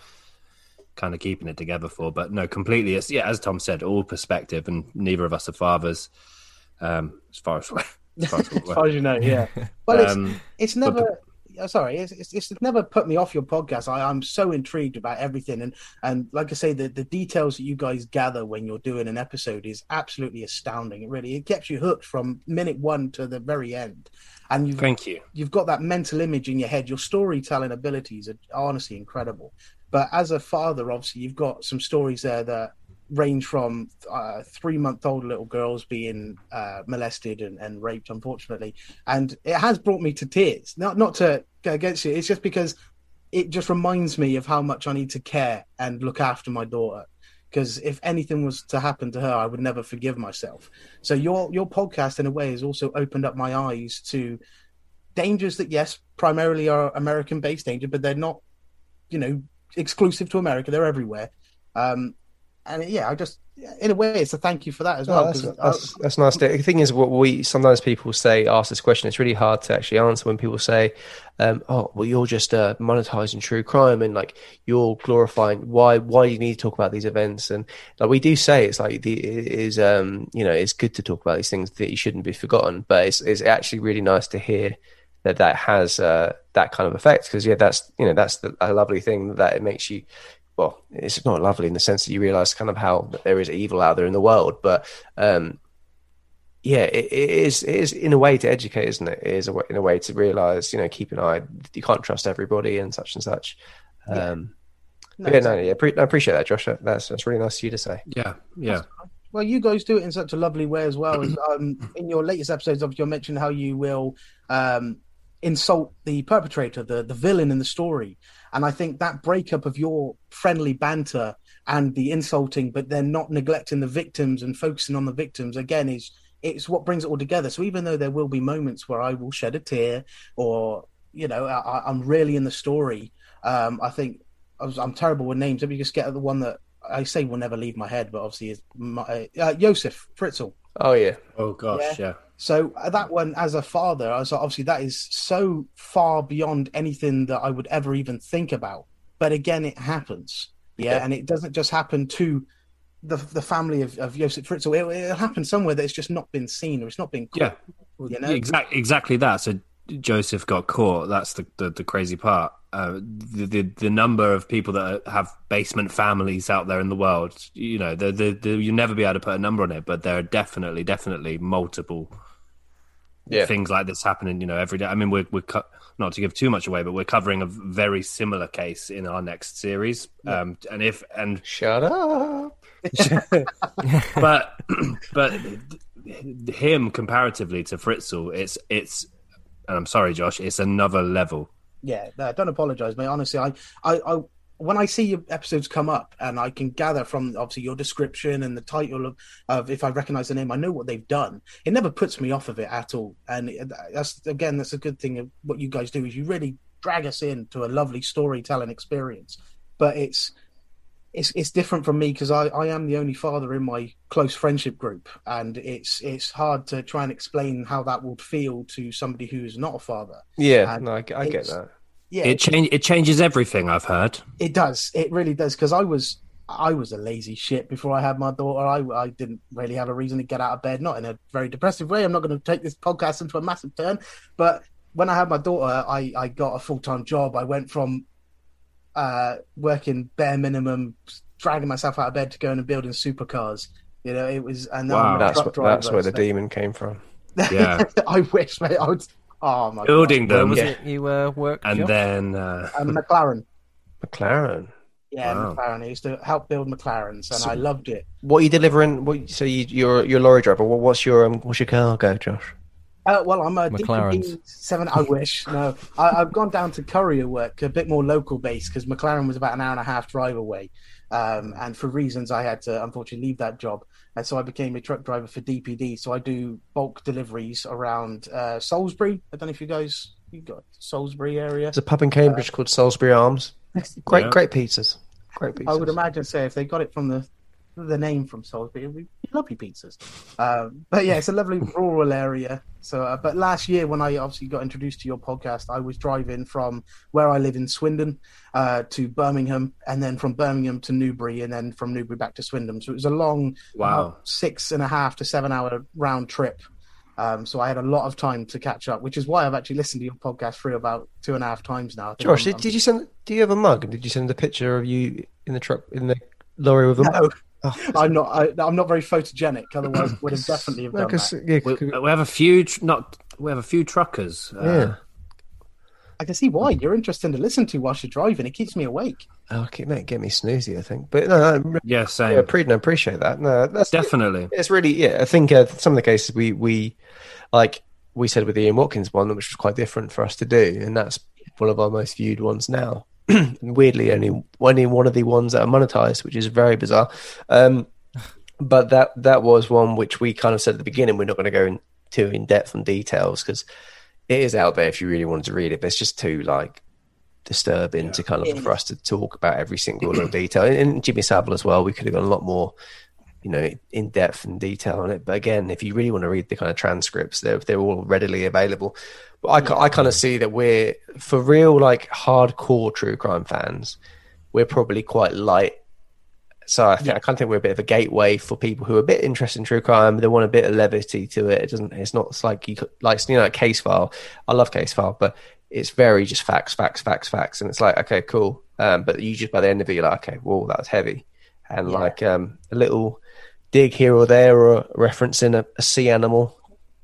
kind of keeping it together for. But no, completely. It's yeah, as Tom said, all perspective, and neither of us are fathers. Um, as far as, [laughs] as, far as we're As aware. [laughs] far as you know, yeah. But it's Um, it's never. yeah, Sorry, it's, it's it's never put me off your podcast. I, I'm so intrigued about everything, and and like I say, the, the details that you guys gather when you're doing an episode is absolutely astounding. It really it gets you hooked from minute one to the very end, and you've thank you. you've got that mental image in your head. Your storytelling abilities are honestly incredible. But as a father, obviously, you've got some stories there that range from uh, three month old little girls being uh, molested and, and raped, unfortunately. And it has brought me to tears. Not, not to go against you, it's just because it just reminds me of how much I need to care and look after my daughter. because if anything was to happen to her, I would never forgive myself. So your your podcast, in a way, has also opened up my eyes to dangers that, yes, primarily are American based danger, but they're not, you know, exclusive to America. They're everywhere. Um, and yeah, I just, in a way, it's a thank you for that as Oh, well. that's, 'cause I- that's, that's nice. The thing is, what we sometimes people say, ask this question. It's really hard to actually answer when people say, um, "Oh, well, you're just uh, monetizing true crime and like you're glorifying why why do you need to talk about these events." And like we do say, it's like the it is um you know it's good to talk about these things that you shouldn't be forgotten. But it's it's actually really nice to hear that that has uh, that kind of effect because yeah, that's you know that's the, a lovely thing that it makes you well, it's not lovely in the sense that you realize kind of how there is evil out there in the world, but um, yeah, it, it is it is in a way to educate, isn't it? It is a way, in a way to realize, you know, keep an eye. You can't trust everybody and such and such. Um, no, but yeah, no, yeah, pre- I appreciate that, Josh. That's that's really nice of you to say. Yeah, yeah. Well, you guys do it in such a lovely way as well. As, um, in your latest episodes, of you mentioned how you will um, insult the perpetrator, the the villain in the story, and I think that breakup of your friendly banter and the insulting, but then not neglecting the victims and focusing on the victims again is it's what brings it all together. So even though there will be moments where I will shed a tear, or you know, I, I- I'm really in the story. Um, I think I was, I'm terrible with names. Let me just get the one that I say will never leave my head, but obviously is my, uh, Josef Fritzl. Oh yeah, Oh gosh, yeah. So uh, that one, as a father, I was like, obviously that is so far beyond anything that I would ever even think about. But again, it happens, yeah, Yeah. and it doesn't just happen to the the family of, of Josef Fritzl. It, it'll happen somewhere that it's just not been seen or it's not been caught. Yeah. You know? Exactly, exactly that. So Joseph got caught. That's the the, the crazy part. Uh, the, the the number of people that are- have basement families out there in the world, you know, the, the, the, you'll never be able to put a number on it, but there are definitely, definitely multiple yeah, things like this happening, you know, every day. I mean, we're we're co- not to give too much away, but we're covering a very similar case in our next series. Um, and if and shut up. but [clears throat] but him comparatively to Fritzl, it's it's and I'm sorry, Josh, it's another level. yeah no, don't apologize mate honestly I, I i when i see your episodes come up and i can gather from obviously your description and the title of, of if i recognize the name i know what they've done it never puts me off of it at all and it- that's again that's a good thing of what you guys do is you really drag us in to a lovely storytelling experience but it's it's it's different from me because I, I am the only father in my close friendship group, and it's it's hard to try and explain how that would feel to somebody who is not a father. Yeah, And no, I, I get it's- that. Yeah, It change it changes everything. I've heard. It does. It really does. Because I was, I was a lazy shit before I had my daughter. I, I didn't really have a reason to get out of bed. Not in a very depressive way. I'm not going to take this podcast into a massive turn. But when I had my daughter, I, I got a full time job. I went from uh, working bare minimum, dragging myself out of bed to going and building supercars. You know, it was. And now Wow. I'm a That's truck what, driver, that's where the so- demon came from. [laughs] Yeah. I wish, mate. I would. Oh my Building Where them was it you uh, worked? and Josh? then uh, god. And McLaren. McLaren. Yeah, Wow. McLaren. I used to help build McLarens, and So- I loved it. What are you delivering? What so you, you're your lorry driver? What, what's your um, what's your cargo, Josh? Uh, well, I'm a McLarens. DPD seven. I wish no. I, I've gone down to courier work, a bit more local based, because McLaren was about an hour and a half drive away, um, and for reasons I had to unfortunately leave that job, and so I became a truck driver for DPD. So I do bulk deliveries around uh, Salisbury. I don't know if you guys you got Salisbury area. [laughs] There's a pub in Uh, Cambridge called Salisbury Arms. Great, Yeah. great pizzas. Great pizzas. I would imagine so. If they got it from the the name from Salisbury, it'd be lovely pizzas. Um, but yeah, it's a lovely rural area. So, uh, but last year when I obviously got introduced to your podcast, I was driving from where I live in Swindon uh, to Birmingham, and then from Birmingham to Newbury, and then from Newbury back to Swindon. So it was a long, wow, about six and a half to seven hour round trip. Um, so I had a lot of time to catch up, which is why I've actually listened to your podcast through about two and a half times now. I think Josh, I'm- did, did you send? Do you have a mug? And Did you send a picture of you in the truck in the lorry with a mug? [laughs] No. Oh. I'm not. I, I'm not very photogenic. Otherwise, would have definitely have No, done 'cause- that. yeah, we, 'cause- yeah. we have a few tr- not we have a few truckers. Uh, I can see why you're interesting to listen to whilst you're driving. It keeps me awake. Oh, okay, mate, get me snoozy, I think. But no, no yeah, same. yeah, pre- no, appreciate that. No, that's Definitely. It's really yeah. I think uh, some of the cases we we like we said with the Ian Watkins one, which was quite different for us to do, and that's one of our most viewed ones now. [clears throat] weirdly, only only one of the ones that are monetized, which is very bizarre. Um, but that that was one which we kind of said at the beginning we're not going to go in, too in depth on details because it is out there if you really wanted to read it. But it's just too like disturbing to kind of for us to talk about every single little detail. And, and Jimmy Savile as well. We could have gone a lot more, you know, in depth and detail on it. But again, if you really want to read the kind of transcripts, they're they're all readily available. But I, ki- I kind of see that we're for real like hardcore true crime fans. We're probably quite light so I, think, I kind of think we're a bit of a gateway for people who are a bit interested in true crime. They want a bit of levity to it. It doesn't. It's not it's like you could- like you know like case file. I love case file, but it's very just facts, facts, facts, facts, and it's like okay, cool. Um, but you just by the end of it, you're like, okay, well that was heavy, and like um, a little dig here or there or referencing a, a sea animal.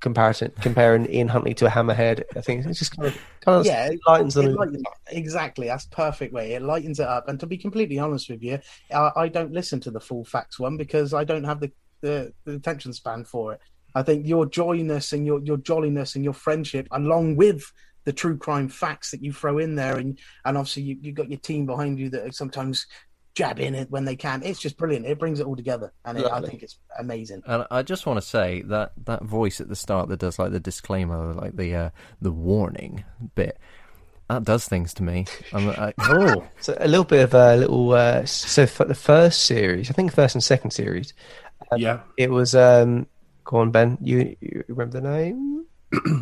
Comparison, comparing Ian Huntley to a hammerhead, I think it just kind of, kind of Yeah, lightens the It mood. lightens- exactly, that's the perfect way. It lightens it up. And to be completely honest with you, I, I don't listen to the full facts one because I don't have the, the, the attention span for it. I think your joyness and your, your jolliness and your friendship, along with the true crime facts that you throw in there, and, and obviously you, you've got your team behind you that are sometimes jab in it when they can. It's just brilliant. It brings it all together. And it, I Lovely. think it's amazing. And I just want to say that that voice at the start that does like the disclaimer, like the uh, the warning bit, that does things to me. I'm, I, oh, So a little bit of a little. Uh, so for the first series, I think first and second series, Yeah. it was. um Go on, Ben. You, you remember the name?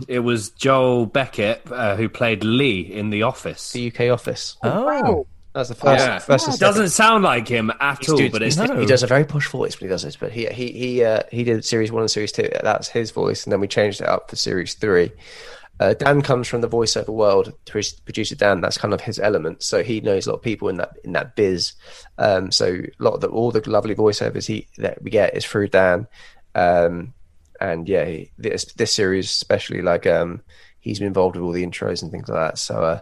It was Joel Beckett uh, who played Lee in The Office. The UK Office. oh, That was the first. Yeah. first and It second. doesn't sound like him at all, Dude, but it's he- no. he does a very posh voice when he does this. But he he he uh, he did series one and series two. That's his voice, and then we changed it up for series three. Uh, Dan comes from the voiceover world. Pro- Producer Dan, that's kind of his element. So he knows a lot of people in that in that biz. Um, so a lot of the, all the lovely voiceovers he that we get is through Dan. Um, and yeah, he, this this series especially like um, he's been involved with all the intros and things like that. So uh,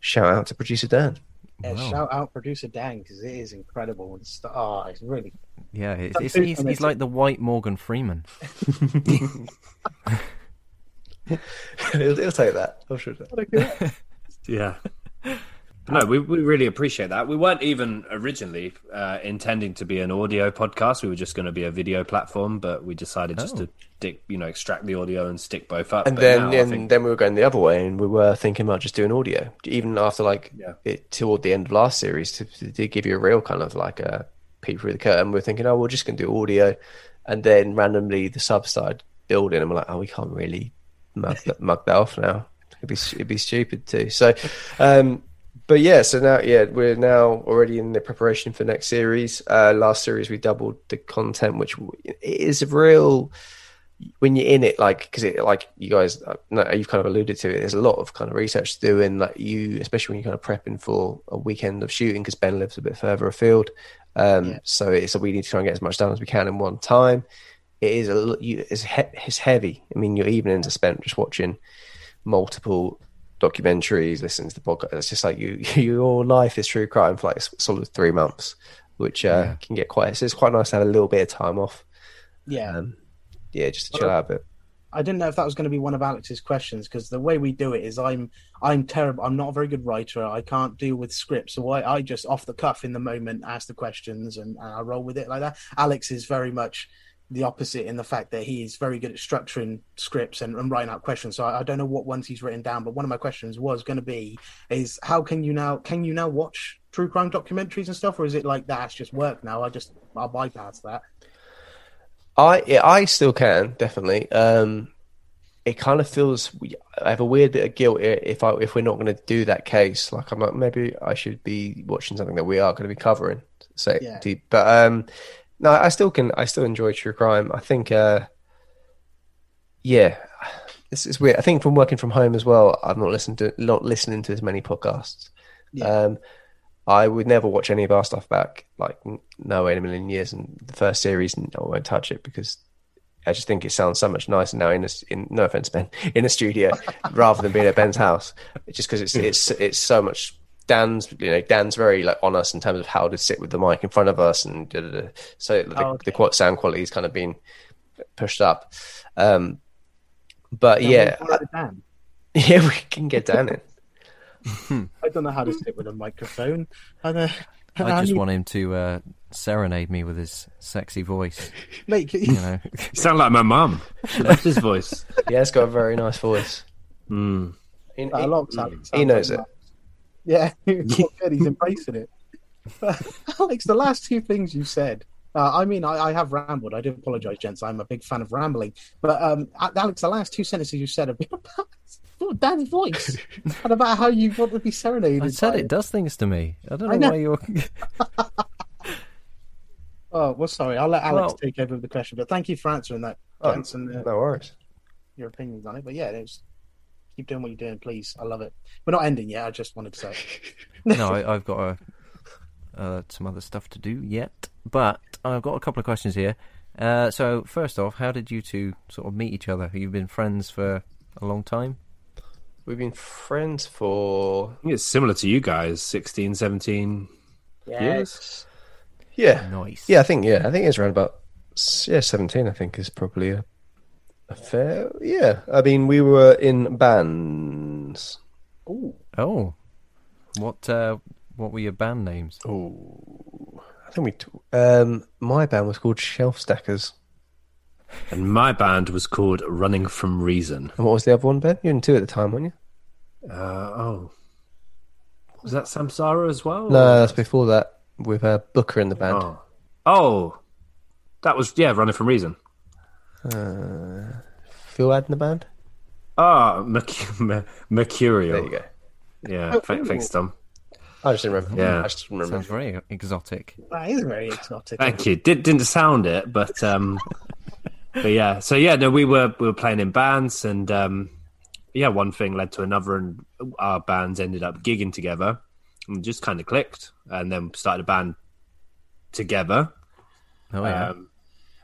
shout out to producer Dan. [laughs] Yeah, Wow. Shout out producer Dan because it is incredible. It's, oh, it's really yeah, it's, it's, he's, he's like the white Morgan Freeman. he'll, he'll take that. I'm sure. of that. Yeah. [laughs] No, we, we really appreciate that. We weren't even originally uh, intending to be an audio podcast. We were just going to be a video platform, but we decided just Oh. to dick, you know extract the audio and stick both up. and But then now I and think- then we were going the other way and we were thinking about just doing audio even after like Yeah. it toward the end of last series to, to, to give you a real kind of like a peek through the curtain we are thinking oh we're just going to do audio and then randomly the sub started building and we're like oh we can't really mug that, mug that off now it'd be it'd be stupid too so um but yeah, so now yeah, we're now already in the preparation for next series. Uh, last series we doubled the content, which w- it is a real when you're in it, like because it like you guys, uh, no, you've kind of alluded to it. There's a lot of kind of research to do, and like you, especially when you're kind of prepping for a weekend of shooting, because Ben lives a bit further afield. Um, Yeah. So it's so we need to try and get as much done as we can in one time. It is a l- you, it's, he, it's heavy. I mean, your evenings are spent just watching multiple documentaries, listening to the podcast. It's just like you, [laughs] your life is true crime for like a s- solid three months, which uh, can get quite. So it's quite nice to have a little bit of time off. Um, yeah. Yeah, just to chill out a bit. I didn't know if that was going to be one of Alex's questions because the way we do it is I'm I'm terrible. I'm not a very good writer. I can't deal with scripts, so I, I just off the cuff in the moment ask the questions and, and I roll with it like that. Alex is very much the opposite in the fact that he is very good at structuring scripts and, and writing out questions. So I, I don't know what ones he's written down, but one of my questions was going to be is how can you now can you now watch true crime documentaries and stuff, or is it like that's just work now? I just I'll bypass that. I yeah, I still can definitely. Um, it kind of feels I have a weird bit of guilt i- if I if we're not going to do that case. Like I'm like maybe I should be watching something that we are going to be covering. So, Yeah. deep. but um, no, I still can. I still enjoy true crime. I think. Uh, yeah, this is weird. I think from working from home as well, I'm not listening to not listening to as many podcasts. Yeah. Um, I would never watch any of our stuff back. Like, n- no way in a million years. And the first series, n- I won't touch it because I just think it sounds so much nicer now in a, s- in no offense, Ben, [laughs] in [laughs] a studio rather than being at Ben's house. It's just because it's it's it's so much. Dan's you know Dan's very like on us in terms of how to sit with the mic in front of us and da, da, da. so the, Oh, okay. the qua- sound quality has kind of been pushed up. Um, but yeah, [laughs] Borrow Dan. yeah, we can get down it. I don't know how to sit with a microphone. uh, I, don't, I just need- want him to uh, serenade me with his sexy voice. Mate, can- You know, You sound like my mum. She loves his [laughs] voice. Yeah, it's got a very nice voice. Mm. In- [laughs] that in- lock sound- he knows sounds it. like that. Yeah, [laughs] he's good, he's embracing it. [laughs] Alex, the last two things you said. Uh, I mean, I, I have rambled. I do apologize, gents. I'm a big fan of rambling. But um, A- Alex, the last two sentences you said have been about [laughs] Dan's [laughs] voice and about how you want to be serenaded. I said by it does things to me. I don't know, I know. why you're. Oh, well, sorry. I'll let Alex Well- take over with the question. But thank you for answering that, Oh, gents, and uh, No worries. your opinions on it. But yeah, it's, keep doing what you're doing, please. I love it. We're not ending yet. I just wanted to say. no, I, I've got a, uh, some other stuff to do yet, but I've got a couple of questions here. Uh, so first off, how did you two sort of meet each other? You've been friends for a long time. We've been friends for I think it's similar to you guys, 16, 17 years. yeah, Nice. yeah. I think yeah, I think it's around about s- yeah seventeen. I think is probably a, a fair yeah. I mean, we were in bands. Ooh, Oh, what uh, what were your band names? Oh, I think we. T- um, my band was called Shelf Stackers. And my band was called Running From Reason. And what was the other one, Ben? You were in two at the time, weren't you? Uh, oh. Was that Samsara as well? No, that's before that with uh, Booker in the band. Oh. oh. That was, yeah, Running From Reason. Fuad in the band. Ah, Merc- [laughs] Mer- Mercurial. There you go. Yeah, fa- thanks, Tom. I just didn't remember. Yeah. I just didn't remember. Sounds very exotic. that is very exotic. Thank you. Did, didn't sound it, but [laughs] um, but yeah. So yeah, no, we were we were playing in bands, and um, yeah, one thing led to another, and our bands ended up gigging together, and just kind of clicked, and then started a band together. Oh yeah. Um,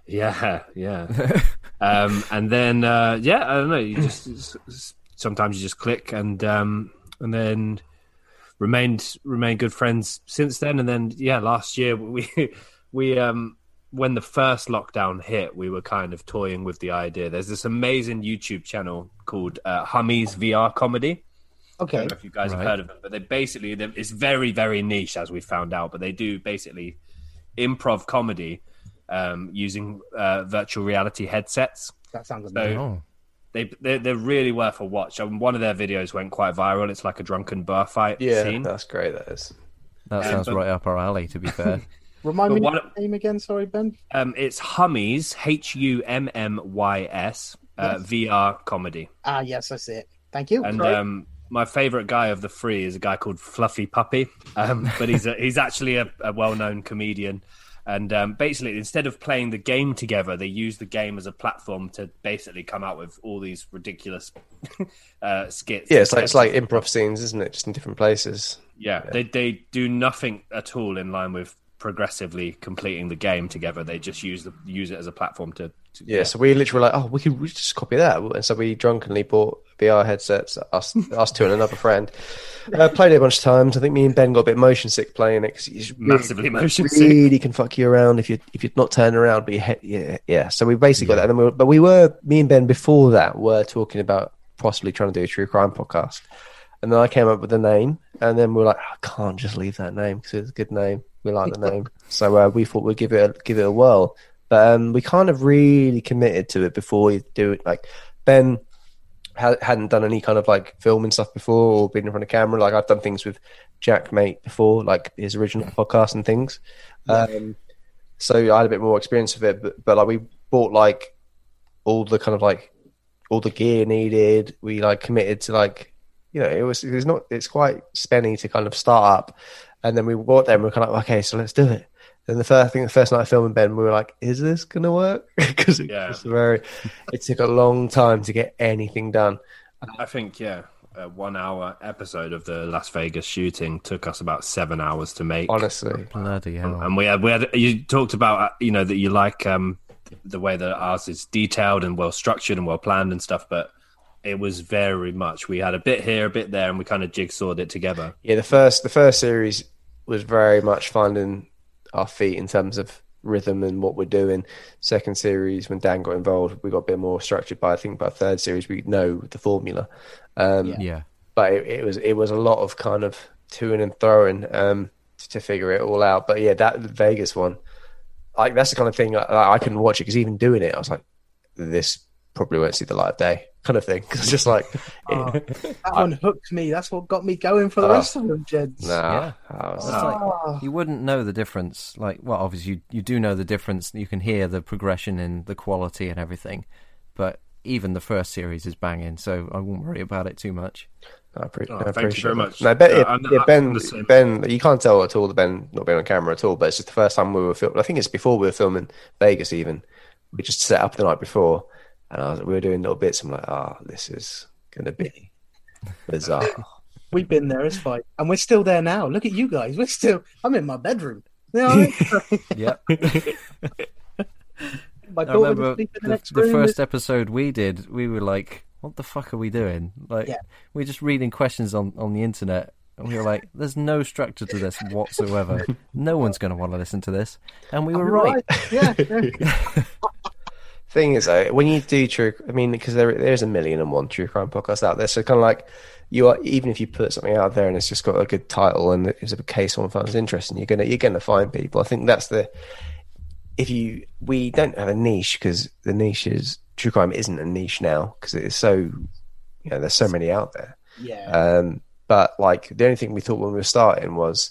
yeah, yeah. [laughs] um, and then uh, yeah, I don't know. [clears throat] You just s- s- sometimes you just click, and um, and then remained remained good friends since then. And then yeah, last year [laughs] we we um when the first lockdown hit, we were kind of toying with the idea. There's this amazing YouTube channel called uh, Hummies VR Comedy. I Okay. don't know if you guys Right. have heard of them, but they basically they're- it's very very niche as we found out, but they do basically improv comedy um, using uh, virtual reality headsets. That sounds amazing. So oh, they they're, they're really worth a watch. And one of their videos went quite viral. It's like a drunken bar fight Yeah, scene. that's great. That is. that sounds but- right up our alley. To be [laughs] fair. Remind me But of what- the name again, sorry, Ben. Um, it's Hummies H U M M Y S uh, VR comedy. Ah, yes, I see it. Thank you. And Sorry. um, my favorite guy of the three is a guy called Fluffy Puppy, um, but [laughs] he's a, he's actually a, a well-known comedian. And um, basically, instead of playing the game together, they use the game as a platform to basically come out with all these ridiculous [laughs] uh, skits. Yeah, it's like it's like improv scenes, isn't it? Just in different places. yeah. They they do nothing at all in line with progressively completing the game together. They just use the use it as a platform to. to Yeah, so we literally were like, oh, we could we should just copy that. And so we drunkenly bought VR headsets, us, us two and another friend. Uh, played it a bunch of times. I think me and Ben got a bit motion sick playing it because you massively [laughs] motion really, sick. can fuck you around if you if you're not turning around. But you he- yeah, yeah. So we basically got that. And we were, but we were me and Ben before that were talking about possibly trying to do a true crime podcast. And then I came up with a name, and then we were like, I can't just leave that name because it's a good name. We like the name, so uh, we thought we'd give it a, give it a whirl. But um, we kind of really committed to it before we do it. Like Ben ha- hadn't done any kind of like film and stuff before, or been in front of camera. Like I've done things with Jack Mate before, like his original podcast and things. Um, so I had a bit more experience with it, but, but like we bought like all the kind of like all the gear needed. We like committed to like you know it was it's not it's quite spenny to kind of start up, and then we bought them. We are kind of like okay, so let's do it. And the first, I think the first night of filming Ben, we were like, "Is this gonna work?" [laughs] Because it Yeah. was very, it took a long time to get anything done. I think yeah, a one-hour episode of the Las Vegas shooting took us about seven hours to make. Honestly, Bloody hell. And we had, we had you talked about uh, you know that you like um, the way that ours is detailed and well structured and well planned and stuff, but it was very much we had a bit here, a bit there, and we kind of jigsawed it together. yeah, the first the first series was very much finding our feet in terms of rhythm and what we're doing. Second series, when Dan got involved, we got a bit more structured. By I think by third series, we know the formula. Um, Yeah. yeah. but it, it was it was a lot of kind of toing and throwing um, to, to figure it all out. But yeah, that Vegas one, like that's the kind of thing I, I couldn't watch it because even doing it, I was like, this probably won't see the light of day, kind of thing. [laughs] 'Cause it's just like, [laughs] [laughs] Oh, that one hooked me. That's what got me going for the Oh. rest of them, gents. nah, I was- It's like, Ah. you wouldn't know the difference. Like, well, obviously you, you do know the difference. You can hear the progression in the quality and everything, but even the first series is banging, so I won't worry about it [laughs] too much. I, appre- Oh, I thank you appreciate very that. much. No, ben, Yeah, yeah, I'm- yeah, I'm ben, the same. ben, you can't tell at all that Ben not being on camera at all. But it's just the first time we were filming. I think it's before we were filming Vegas. Even we just set up the night before, and I was, we were doing little bits. I'm like, ah, this is gonna [laughs] be bizarre. We've been there, it's fine. And we're still there now. Look at you guys. We're still, I'm in my bedroom. You know what I [laughs] mean? Yep. My I daughter was remember the, sleeping in the next the room. first episode we did, we were like, what the fuck are we doing? Like, Yeah. we're just reading questions on, on the internet. And we were like, [laughs] there's no structure to this [laughs] whatsoever. no one's going to want to listen to this. And we were right. Yeah, [laughs] yeah. thing is though when you do true i mean because there there's a million and one true crime podcasts out there so kind of like you are even if you put something out there and it's just got a good title and it's a case someone finds interesting you're gonna you're gonna find people i think that's the if you we don't have a niche because the niche is true crime isn't a niche now because it is so you know there's so many out there yeah. um, but like the only thing we thought when we were starting was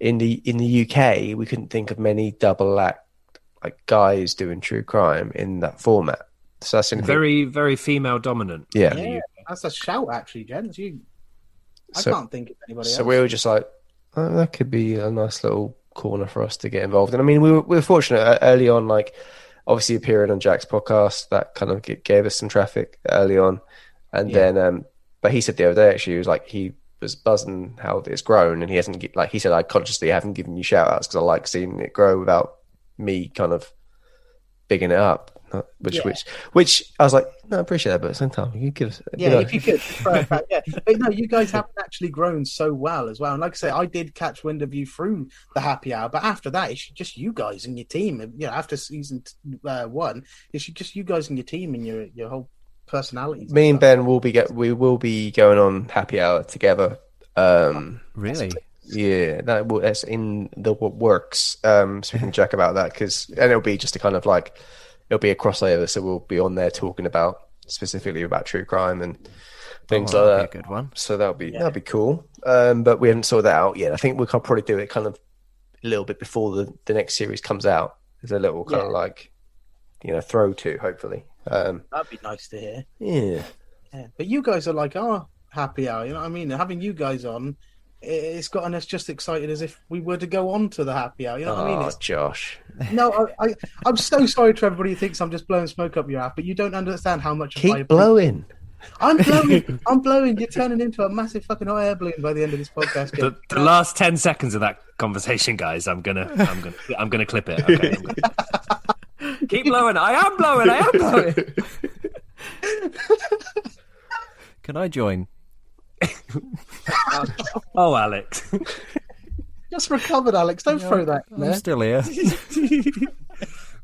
in the in the UK we couldn't think of many double act like guys doing true crime in that format. So that's the only thing- Very, very female dominant. yeah. Yeah, that's a shout, actually, gents. You, I So- can't think of anybody So else. we were just like, oh, that could be a nice little corner for us to get involved in. I mean, we were, we were fortunate uh, early on, like obviously appearing on Jack's podcast, that kind of g- gave us some traffic early on. And Yeah. then, um, but he said the other day, actually, he was like, he was buzzing how it's grown. And he hasn't, gi- like, he said, I consciously haven't given you shout outs because I like seeing it grow without me kind of bigging it up. Uh, Which, Yeah. which, which I was like, no, I appreciate that, but at the same time, you could give us, yeah, know, if you could. throw it back, yeah. But no, you guys haven't actually grown so well as well. And like I say, I did catch wind of you through the happy hour, but after that, it's just you guys and your team. And, You know, after season t- uh, one, it's just you guys and your team and your your whole personalities. me and stuff. Ben will be get we will be going on happy hour together. Um, Really? yeah, that will, that's in the wo- works. Um, so [laughs] we can check about that because and it'll be just a kind of like it'll be a crossover. So we'll be on there talking about specifically about true crime and things Oh, like that'd that. be a good one. So that'll be Yeah. that'll be cool. Um, but we haven't sorted that out yet. I think we'll probably do it kind of a little bit before the, the next series comes out. There's a little kind Yeah. of like you know throw to hopefully. Um, That'd be nice to hear. yeah. Yeah. But you guys are like our happy hour. You know what I mean? Having you guys on, i- it's gotten us just excited as if we were to go on to the happy hour. You know what I mean? Oh, It's, Josh. no, I, I, I'm so sorry to everybody who thinks I'm just blowing smoke up your ass, but you don't understand how much. of my- Keep blowing. I'm [laughs] blowing. I'm blowing. You're turning into a massive fucking hot air balloon by the end of this podcast. Jim. The, the last ten seconds of that conversation, guys, I'm gonna, I'm gonna, I'm gonna clip it. Okay. I'm [laughs] gonna- Keep blowing. I am blowing. I am blowing. Can I join? Oh, Alex. Just recovered, Alex. Don't throw that. in I'm there. still [laughs] here.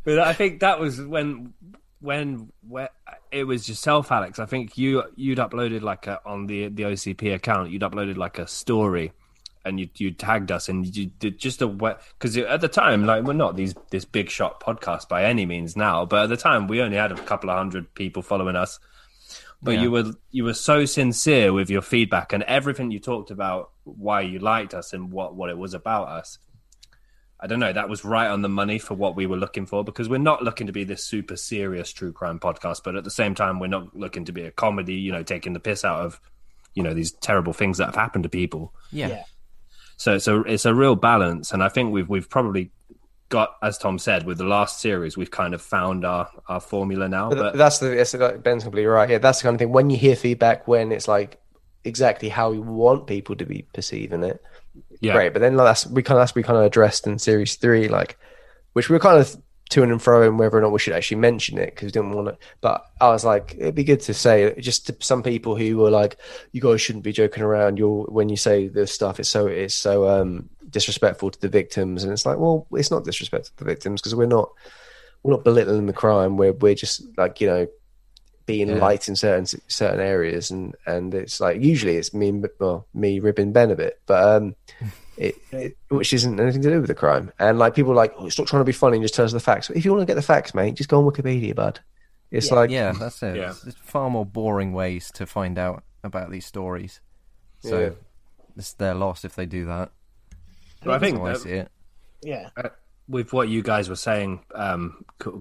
but I think that was when when where it was yourself, Alex. I think you you'd uploaded like a, on the the OCP account. You'd uploaded like a story, and you you tagged us, and you did just a because at the time like we're not these this big shot podcast by any means now, but at the time we only had a couple of hundred people following us. But Yeah. you were you were so sincere with your feedback and everything you talked about why you liked us and what what it was about us. I don't know. That was right on the money for what we were looking for because we're not looking to be this super serious true crime podcast, but at the same time, we're not looking to be a comedy. You know, taking the piss out of you know these terrible things that have happened to people. Yeah. Yeah. So it's a it's a real balance, and I think we've we've probably got, as Tom said, with the last series, we've kind of found our our formula now. But But that's the that's like Ben's completely right. Yeah, that's the kind of thing. When you hear feedback, when it's like exactly how you want people to be perceiving it, yeah, great. But then like, that's we kind of that's we kind of addressed in series three, like which we were kind of to and fro in whether or not we should actually mention it because we didn't want to. But I was like, it'd be good to say it just to some people who were like, you guys shouldn't be joking around. You're when you say this stuff, it's so it's so um disrespectful to the victims, and it's like, well, it's not disrespectful to the victims because we're not we're not belittling the crime. We're we're just like you know. be- being light in certain certain areas, and and it's like usually it's me and- well me ribbing Ben a bit, but [laughs] um, it, it which isn't anything to do with the crime. And like people are like, oh, it's not trying to be funny, and just tell us the facts. If you want to get the facts, mate, just go on Wikipedia, bud. It's [laughs] like yeah, that's it. Yeah. There's, there's far more boring ways to find out about these stories. So Yeah. it's their loss if they do that. But I That's think how I uh, see it. Yeah. uh, with what you guys were saying, um, co-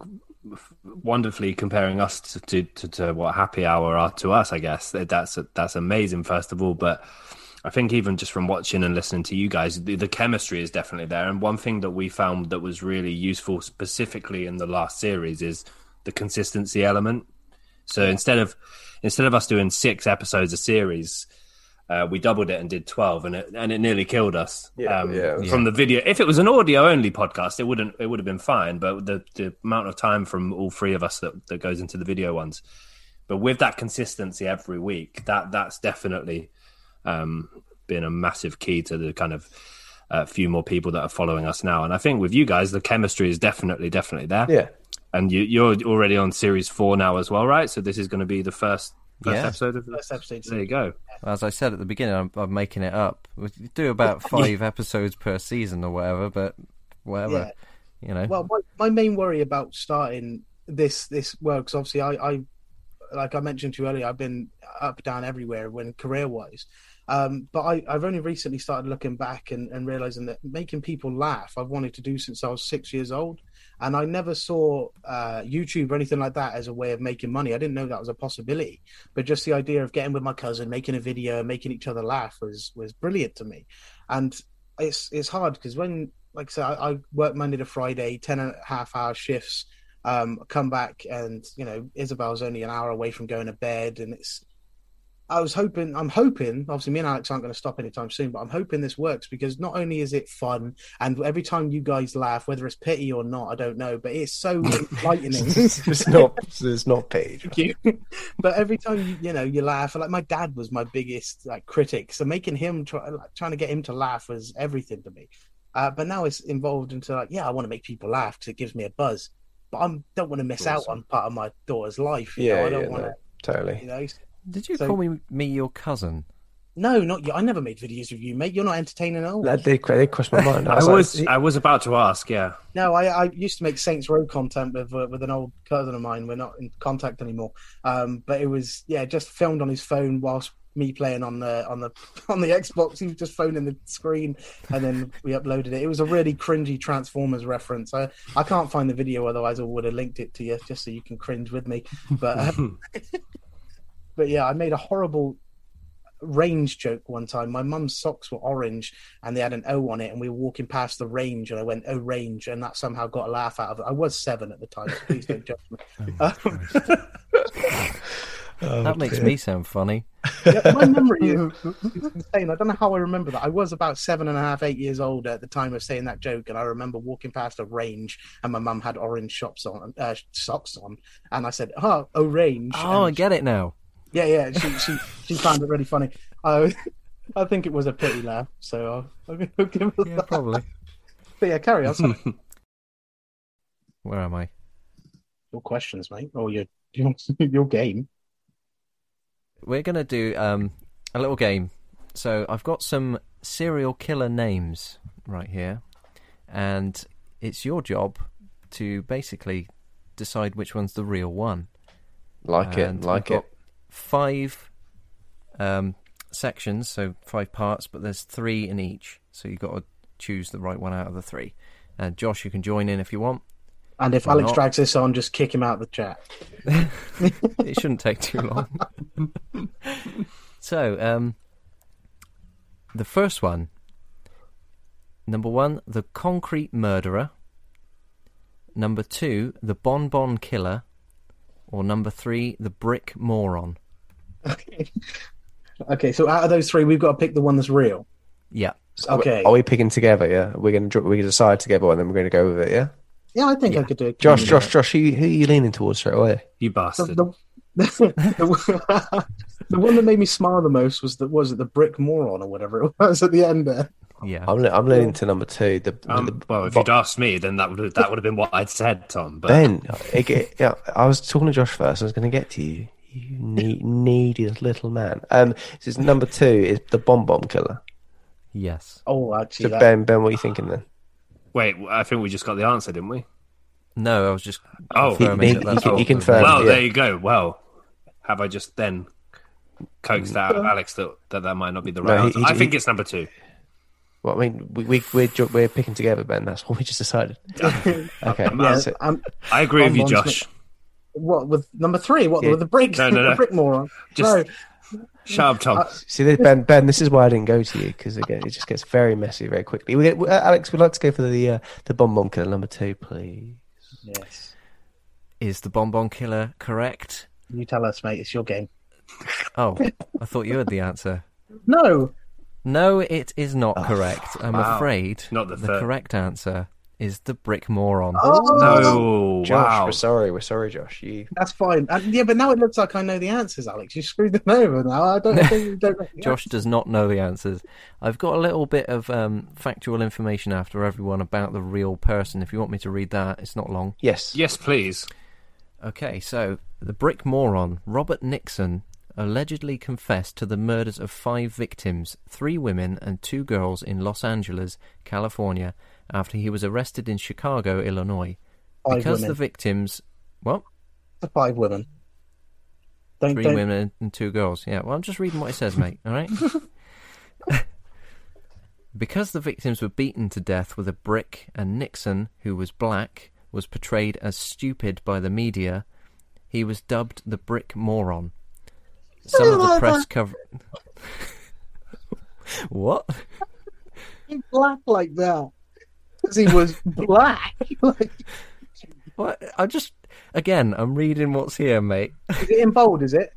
wonderfully comparing us to, to, to, to what Happy Hour are to us, I guess that's that's amazing. First of all, but I think even just from watching and listening to you guys, the, the chemistry is definitely there. And one thing that we found that was really useful, specifically in the last series, is the consistency element. So instead of instead of us doing six episodes a series, uh, we doubled it and did twelve, and it and it nearly killed us. Um, Yeah, yeah. From the video, if it was an audio only podcast, it wouldn't it would have been fine. But the the amount of time from all three of us that, that goes into the video ones, but with that consistency every week, that that's definitely um, been a massive key to the kind of uh, few more people that are following us now. And I think with you guys, the chemistry is definitely definitely there yeah. and you, you're already on series four now as well, right? So this is going to be the first first Yeah. episode of the First episode. There you go. As I said at the beginning, I'm, I'm making it up. We do [laughs] about five episodes per season or whatever, but whatever. You know, Well, my, my main worry about starting this this well, 'cause obviously I, I like I mentioned to you earlier, I've been up down everywhere when career wise. Um, but I, I've only recently started looking back and, and realizing that making people laugh I've wanted to do since I was six years old. And I never saw uh, YouTube or anything like that as a way of making money. I didn't know that was a possibility. But just the idea of getting with my cousin, making a video, making each other laugh was was brilliant to me. And it's it's hard because when like I said, I, I work Monday to Friday, ten and a half hour shifts. Um, come back and you know Isabel's only an hour away from going to bed, and it's. I was hoping. I'm hoping. Obviously, me and Alex aren't going to stop anytime soon, but I'm hoping this works because not only is it fun, and every time you guys laugh, whether it's pity or not, I don't know, but it's so enlightening. [laughs] it's not it's not paid. [laughs] but every time you, you know you laugh like my dad was my biggest like critic so making him try like, trying to get him to laugh was everything to me uh, but now it's involved into like yeah i want to make people laugh because it gives me a buzz but i don't want to miss out on part of my daughter's life you know? Yeah, i don't yeah, want no, to you totally. know did you so- call me me your cousin? no not you i never made videos with you mate you're not entertaining at all That did, that did cross my mind. [laughs] I was was like, I was, about to ask. Yeah, No, I, I used to make Saints Row content with uh, with an old cousin of mine. We're not in contact anymore. Um, but it was yeah, just filmed on his phone whilst me playing on the on the [laughs] on the Xbox. He was just phoning the screen, and then we uploaded it. It was a really cringy Transformers reference. I I can't find the video, otherwise I would have linked it to you just so you can cringe with me. But uh, [laughs] but yeah, I made a horrible range joke one time. My mum's socks were orange and they had an O on it, and we were walking past the range, and I went, "Oh, range," and that somehow got a laugh out of it. I was seven at the time. So please don't judge me. Um, Oh, that makes me sound funny. yeah, my memory is it's insane. I don't know how I remember that. I was about seven and a half, eight years old at the time of saying that joke, and I remember walking past a range, and my mum had orange shops on, uh, socks on, and I said, "Oh, oh, range." Oh, I and get it [laughs] now. Yeah, yeah. She she she found it really funny. I [laughs] I think it was a pity laugh, so I'll, I'll give her Yeah, that. probably. But yeah, carry on. Sorry. Where am I? your questions, mate, or your [laughs] your, your game. We're gonna do um, a little game. So I've got some serial killer names right here, and it's your job to basically decide which one's the real one. like it, And like we've it. got Five um, sections, so five parts, but there's three in each. So you've got to choose the right one out of the three. And Josh, you can join in if you want. And if Why Alex not? drags this on, just kick him out of the chat. [laughs] It shouldn't take too long. [laughs] so, um, the first one. Number one, the concrete murderer. Number two, the bonbon killer. Or number three, the brick moron. Okay, so out of those three, we've got to pick the one that's real. Yeah. So are we- okay. Are we picking together? Yeah, we're gonna dr- we can decide together, and then we're gonna go with it. Yeah. Yeah, I think I could do it. Hmm. Josh, Josh, Josh. Who who are you leaning towards straight away? you The, bastard. the, the, [laughs] the one that made me smile the most was that was it the brick moron or whatever it was at the end there. Yeah. I'm le- I'm leaning to number two. The, the- Um, well, if bo- you'd asked me, then that would that would have been what I'd said, Tom. But Ben, it, get- yeah, I was talking to Josh first. I was gonna get to you. [laughs] You need, neediest little man. Um, this is number two is the bomb bomb killer. Yes. Oh, actually, So that- Ben, Ben, what are you thinking then? Wait, I think we just got the answer, didn't we? No, I was just. Oh. confirming He- that he- that's he what- confirmed. Well, yeah. there you go. Well, have I just then coaxed out of Alex that that, that might not be the right he- answer? he- I think he- it's number two. Well, I mean, we, we we're ju- we're picking together, Ben. That's what we just [laughs] decided. Okay, yeah, so- um, I agree with you, Bonbon's Josh. what with number three? What Yeah. with the brick? No, no, [laughs] no. the brick moron. Just- no, Shut up, Tom. See, this, Ben, Ben, this is why I didn't go to you because again, it just gets very messy very quickly. We get, uh, Alex, we'd like to go for the uh, the bomb bomb killer number two, please. yes, Is the bonbon killer correct? you tell us, mate. It's your game. Oh, I thought you had the answer. No, No, it is not correct. I'm Ah, wow. afraid. Not the third. correct answer is the brick moron. Oh, no, uh, Josh, wow. we're sorry, we're sorry, Josh. You that's fine. Uh, yeah, but now it looks like I know the answers, Alex. You screwed them over. Now I [laughs] don't think you don't. know the Josh does not know the answers. I've got a little bit of um, factual information after everyone about the real person. If you want me to read that, it's not long. yes, Yes, please. Okay, so the brick moron, Robert Nixon, allegedly confessed to the murders of five victims, three women and two girls in Los Angeles, California, after he was arrested in Chicago, Illinois. Five because women. the victims. What? The five women. Don't, 3 don't- women and two girls. Yeah, well, I'm just reading what it says, mate. All right. because the victims were beaten to death with a brick, and Nixon, who was black, was portrayed as stupid by the media, he was dubbed the brick moron. Some of the press cover. [laughs] what? He's black like that because he was [laughs] black. [laughs] Like, What? I just again, I'm reading what's here, mate. is it in bold? Is it?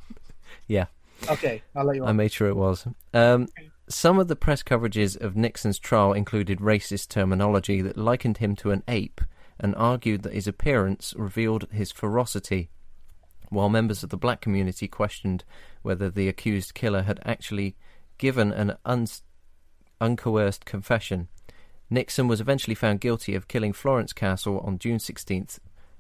Yeah. Okay, I'll let you. I On. made sure it was. Um, some of the press coverages of Nixon's trial included racist terminology that likened him to an ape and argued that his appearance revealed his ferocity, while members of the black community questioned whether the accused killer had actually given an un- uncoerced confession. Nixon was eventually found guilty of killing Florence Castle on June 16th,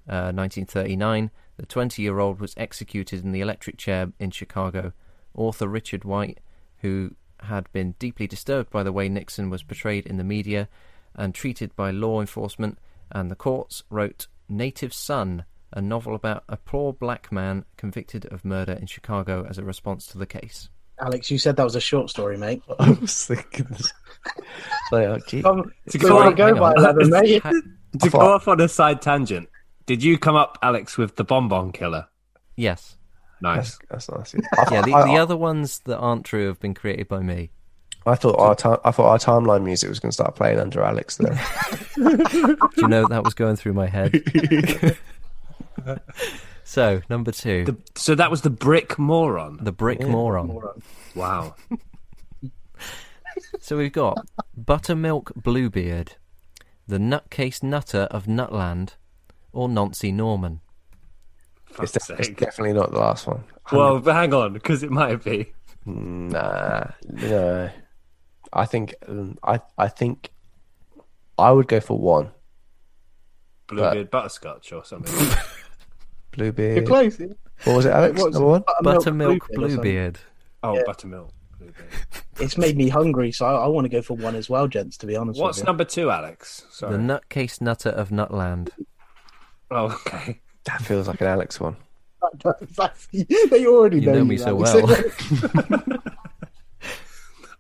uh, 1939. The 20 year old was executed in the electric chair in Chicago. Author Richard White, who had been deeply disturbed by the way Nixon was portrayed in the media and treated by law enforcement and the courts, wrote Native Son, a novel about a poor black man convicted of murder in Chicago as a response to the case. Alex, you said that was a short story, mate. [laughs] I was thinking. this. Sorry, oh, gee. Um, To so go I on- go hang by on. eleven, [laughs] mate. Ha- To go thought- off on a side tangent, did you come up, Alex, with the bonbon killer? yes. Nice. That's nice. I, Yeah, the, I- the other ones that aren't true have been created by me. I thought our time, I thought our timeline music was going to start playing under [laughs] Alex there. Do you know that was going through my head? [laughs] so, number two, the, So that was the brick moron. brick moron. [laughs] Wow. So we've got Buttermilk Bluebeard, the Nutcase Nutter of Nutland, or Nancy Norman. Fuck's it's, de- it's sake. definitely not the last one. Well, but hang on, because it might be. Nah, no. I think um, I I think I would go for one Bluebeard butterscotch or [laughs] something. You're bluebeard. close. What was it, Alex? What was Number one. it? Buttermilk or something. Bluebeard. Oh, buttermilk. Bluebeard. It's made me hungry, so I, I want to go for one as well, gents. To be honest, What's with you. number two, Alex? The Sorry. Nutcase Nutter of Nutland. oh, [laughs] okay. That feels like an Alex one. [laughs] they already You know, know you, me so Alex. [laughs] well.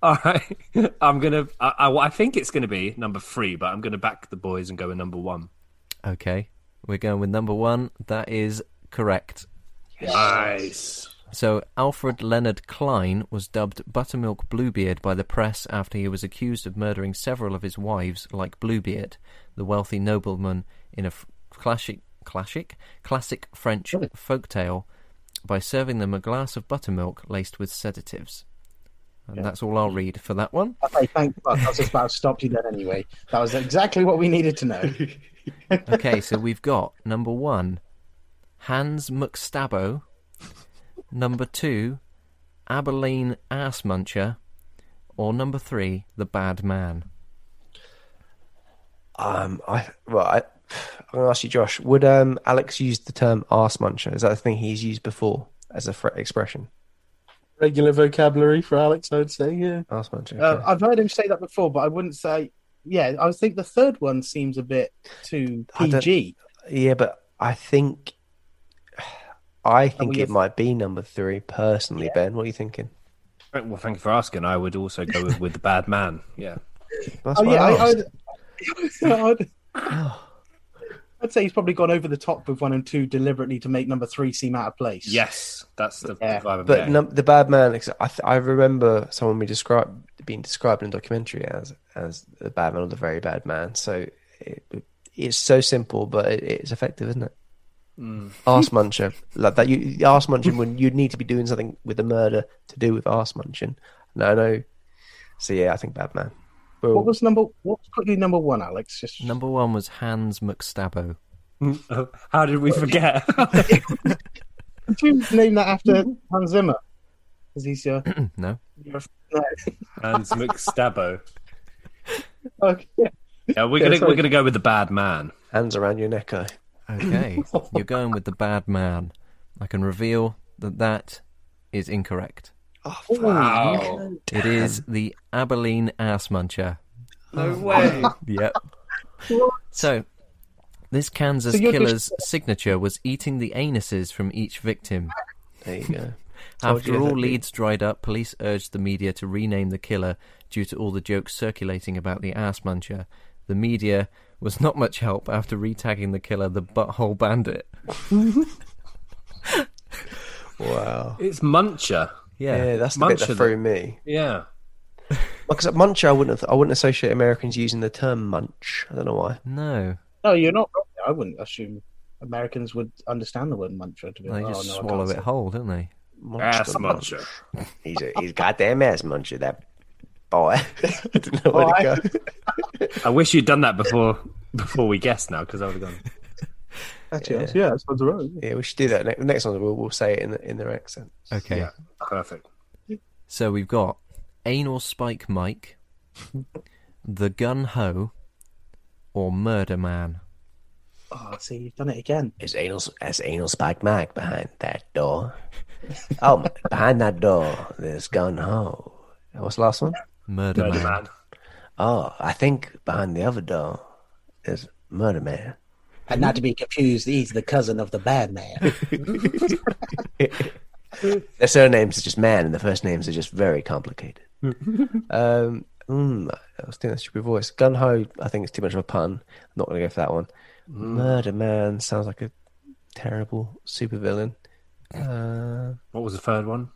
All right. [laughs] I'm gonna. I, I, I think it's gonna be number three, but I'm gonna back the boys and go with number one. Okay, we're going with number one. That is correct. Nice. So Alfred Leonard Klein was dubbed Buttermilk Bluebeard by the press after he was accused of murdering several of his wives, like Bluebeard, the wealthy nobleman, in a f- classic, classic, classic French folktale, by serving them a glass of buttermilk laced with sedatives. And that's all I'll read for that one. Okay, thank fuck. I was just about to stop you then anyway. That was exactly what we needed to know. Okay, so we've got number one, Hans McStabbo. Number two, Abilene Assmuncher. Or number three, The Bad Man. Um, I well, I, I'm gonna ask you, Josh. Would um Alex use the term arse muncher? Is that a thing he's used before? as a fr- expression. [laughs] Regular vocabulary for Alex, I would say. Yeah, Ass muncher. uh, okay. I've heard him say that before, but I wouldn't say. Yeah, I think the third one seems a bit too I don't- PG. yeah, but I think [sighs] I think Oh, yes. it might be number three personally. Ben, what are you thinking? Well, thank you for asking. I would also go with, with the bad man. Yeah. That's Oh what yeah, I I, asked. I'd, I'd, [laughs] [sighs] I'd say he's probably gone over the top with one and two deliberately to make number three seem out of place. Yes, that's the, Yeah, the vibe. I'm But getting. num- the bad man, ex- I, th- I remember someone we described being described in a documentary as as the bad man or the very bad man. So it, it's so simple, but it, it's effective, isn't it? Arse muncher like that. You arse munching when you'd need to be doing something with the murder to do with arse munching. No, no. So yeah, I think bad man. We're all- What was number? What was quickly number one, Alex? Just Number one was Hans McStabbo. Oh, [laughs] How did we forget? [laughs] Did you name that after Mm-hmm. Hans Zimmer? Because he's uh, [clears throat] your. No, your no. Hans McStabbo. Okay. Yeah, we're Yeah, gonna sorry. we're gonna go with the bad man. hands around your neck. Oh. [laughs] okay, you're going with the bad man. I can reveal that that is incorrect. Oh, Oh, Wow. It is the Abilene ass muncher. Oh. No way. [laughs] Yep. so, this Kansas So you're killer's signature was eating the anuses from each victim. There you go. Told After you all that- leads dried up, police urged the media to rename the killer due to all the jokes circulating about the ass muncher. The media was not much help after retagging the killer the butthole bandit. Wow. It's Muncher. Yeah. Yeah, that's the bit Muncher, that threw me. Yeah. Because at muncher, I wouldn't. I wouldn't associate Americans using the term munch. I don't know why. No, No, you're not wrong. I wouldn't assume Americans would understand the word mantra. To be they like, just oh, no, I swallow can't it say whole, don't they? Ass muncher. He's a, he's goddamn ass muncher. That boy. [laughs] I didn't know where Boy. to go. I wish you'd done that before before we guessed now because I would have gone. Actually, yeah, yeah that sounds right. Yeah, we should do that. Ne- Next one, we'll, we'll say it in the, in their accent. Okay. Yeah, perfect. So we've got anal spike Mike, the gun ho, or murder man. Oh, see, you've done it again. Is anal as anal spike Mike behind that door? oh, my- behind that door, there's gun ho. What's the last one? Murder, Murder man. man. Oh, I think behind the other door is murder man. And not to be confused, he's the cousin of the bad [laughs] man. Their surnames are just man, and the first names are just very [laughs] complicated. um, mm, I was doing that stupid voice. Gun ho, I think it's too much of a pun. I'm not going to go for that one. Mm. Murder man sounds like a terrible supervillain. Uh, What was the third one?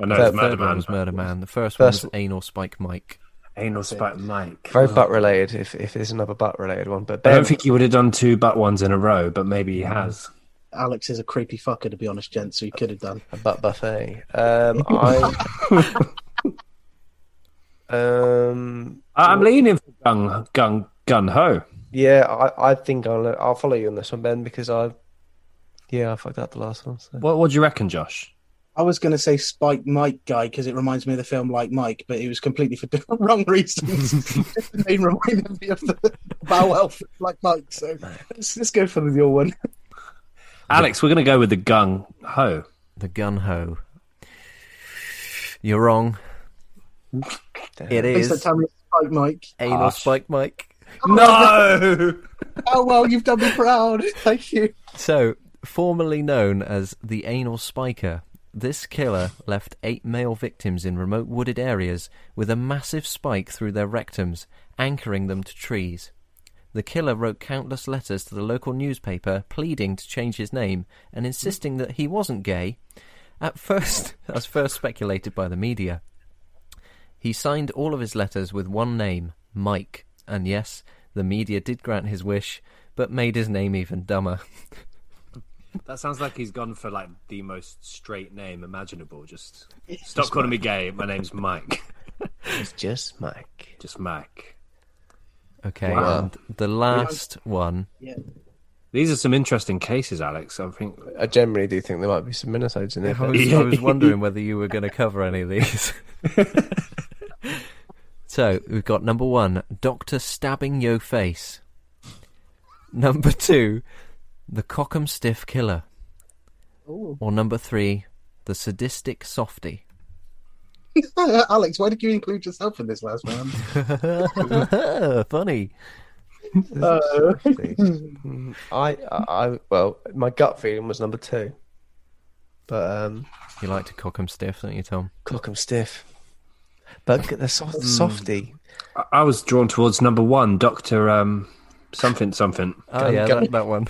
Oh, no, Third- it's Murder Third one Man. was murder man. The first, First- one was anal spike Mike. Anal spike Mike. very butt related. If if there's another butt related one, but I Ben, don't think he would have done two butt ones in a row, but maybe he has. Alex is a creepy fucker, to be honest, gents. So he could have done. a butt buffet. Um, I. [laughs] um. I- I'm leaning for gung gung gun ho. Yeah, I, I think I'll I'll follow you on this one, Ben, because I. Yeah, I fucked up the last one. So. What what do you reckon, Josh? I was going to say Spike Mike guy because it reminds me of the film Like Mike, but it was completely for [laughs] different, wrong [laughs] reasons. the name reminded me of the Bow Elf Like Mike. So let's, let's go for the your one. Alex, we're going to go with the gung ho. The gun ho. You're wrong. It Please don't is tell me it's Spike Mike. anal Harsh. spike Mike. [laughs] No. Oh well, you've done me proud. [laughs] Thank you. So, formerly known as the anal spiker, this killer left eight male victims in remote wooded areas with a massive spike through their rectums, anchoring them to trees. The killer wrote countless letters to the local newspaper pleading to change his name and insisting that he wasn't gay. At first, [laughs] as first speculated by the media, he signed all of his letters with one name, Mike. And yes, the media did grant his wish, but made his name even dumber. That sounds like he's gone for like the most straight name imaginable. Just stop calling me gay. My name's Mike. [laughs] It's just Mike. Just Mike. Okay, Wow. and the last one. These are some interesting cases, Alex. I think I generally do think there might be some Minnesotas in there. I But was, I was wondering whether you were going to cover any of these. [laughs] so we've got number one, Doctor Stabbing Yo Face. Number two, The Cockham Stiff Killer. Ooh. Or number three, the sadistic softy? Alex, why did you include yourself in this last one? Funny. I, I, I- well, my gut feeling was number two, but um, You like to cock 'em stiff, don't you, Tom? cock 'em stiff. But the soft, Hmm. softy. I, I was drawn towards number one, Doctor um, something something. Oh yeah, gun- that, that one.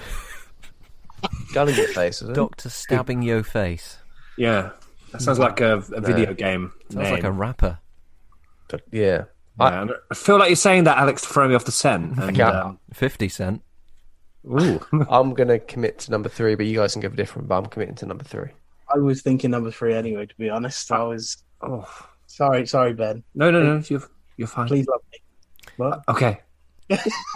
Gun in your face, isn't it? Doctor stabbing your face. Yeah, that sounds like a, a video game Sounds name. like a rapper. But, yeah. Yeah, and I feel like you're saying that, Alex, to throw me off the scent. And, can't. um, Fifty Cent. ooh. [laughs] I'm going to commit to number three, but you guys can give a different, but I'm committing to number three. I was thinking number three anyway, to be honest. I was Oh. sorry, sorry, Ben. No, no, no, you're, you're fine. Please love me. Okay,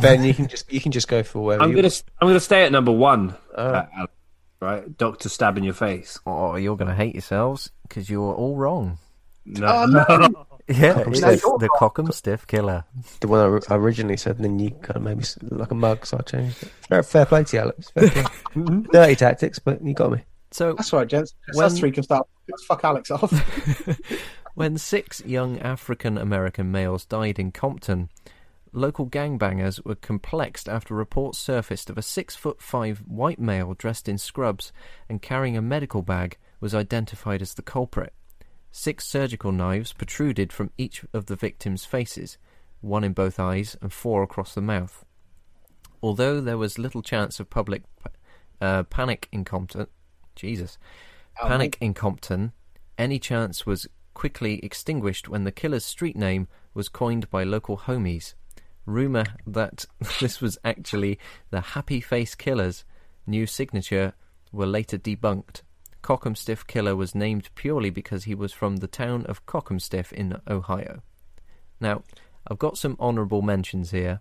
Ben, you can just, you can just go for wherever I'm you gonna I'm gonna stay at number one. Uh. uh, Alex, right, Doctor stab in your face. Oh, you're gonna hate yourselves because you're all wrong. No, Oh, no. Yeah, it's stiff. the Cockham Stiff Killer. The one I ri- I originally said, and then you kind of made me s- like a mug, so I changed it. Fair, fair play to you, Alex. [laughs] Fair play. Mm-hmm. Dirty tactics, but you got me. So That's all right, gents. Just When- Us three can start. Let's fuck Alex off. [laughs] When six young African American males died in Compton, local gangbangers were complexed after reports surfaced of a six foot five white male dressed in scrubs and carrying a medical bag was identified as the culprit. Six surgical knives protruded from each of the victims' faces, one in both eyes and four across the mouth. Although there was little chance of public uh, panic in Compton, Jesus, panic in Compton, any chance was quickly extinguished when the killer's street name was coined by local homies. Rumour that [laughs] this was actually the Happy Face Killer's new signature were later debunked. Cockham Stiff Killer was named purely because he was from the town of Cockham Stiff in Ohio. Now, I've got some honourable mentions here.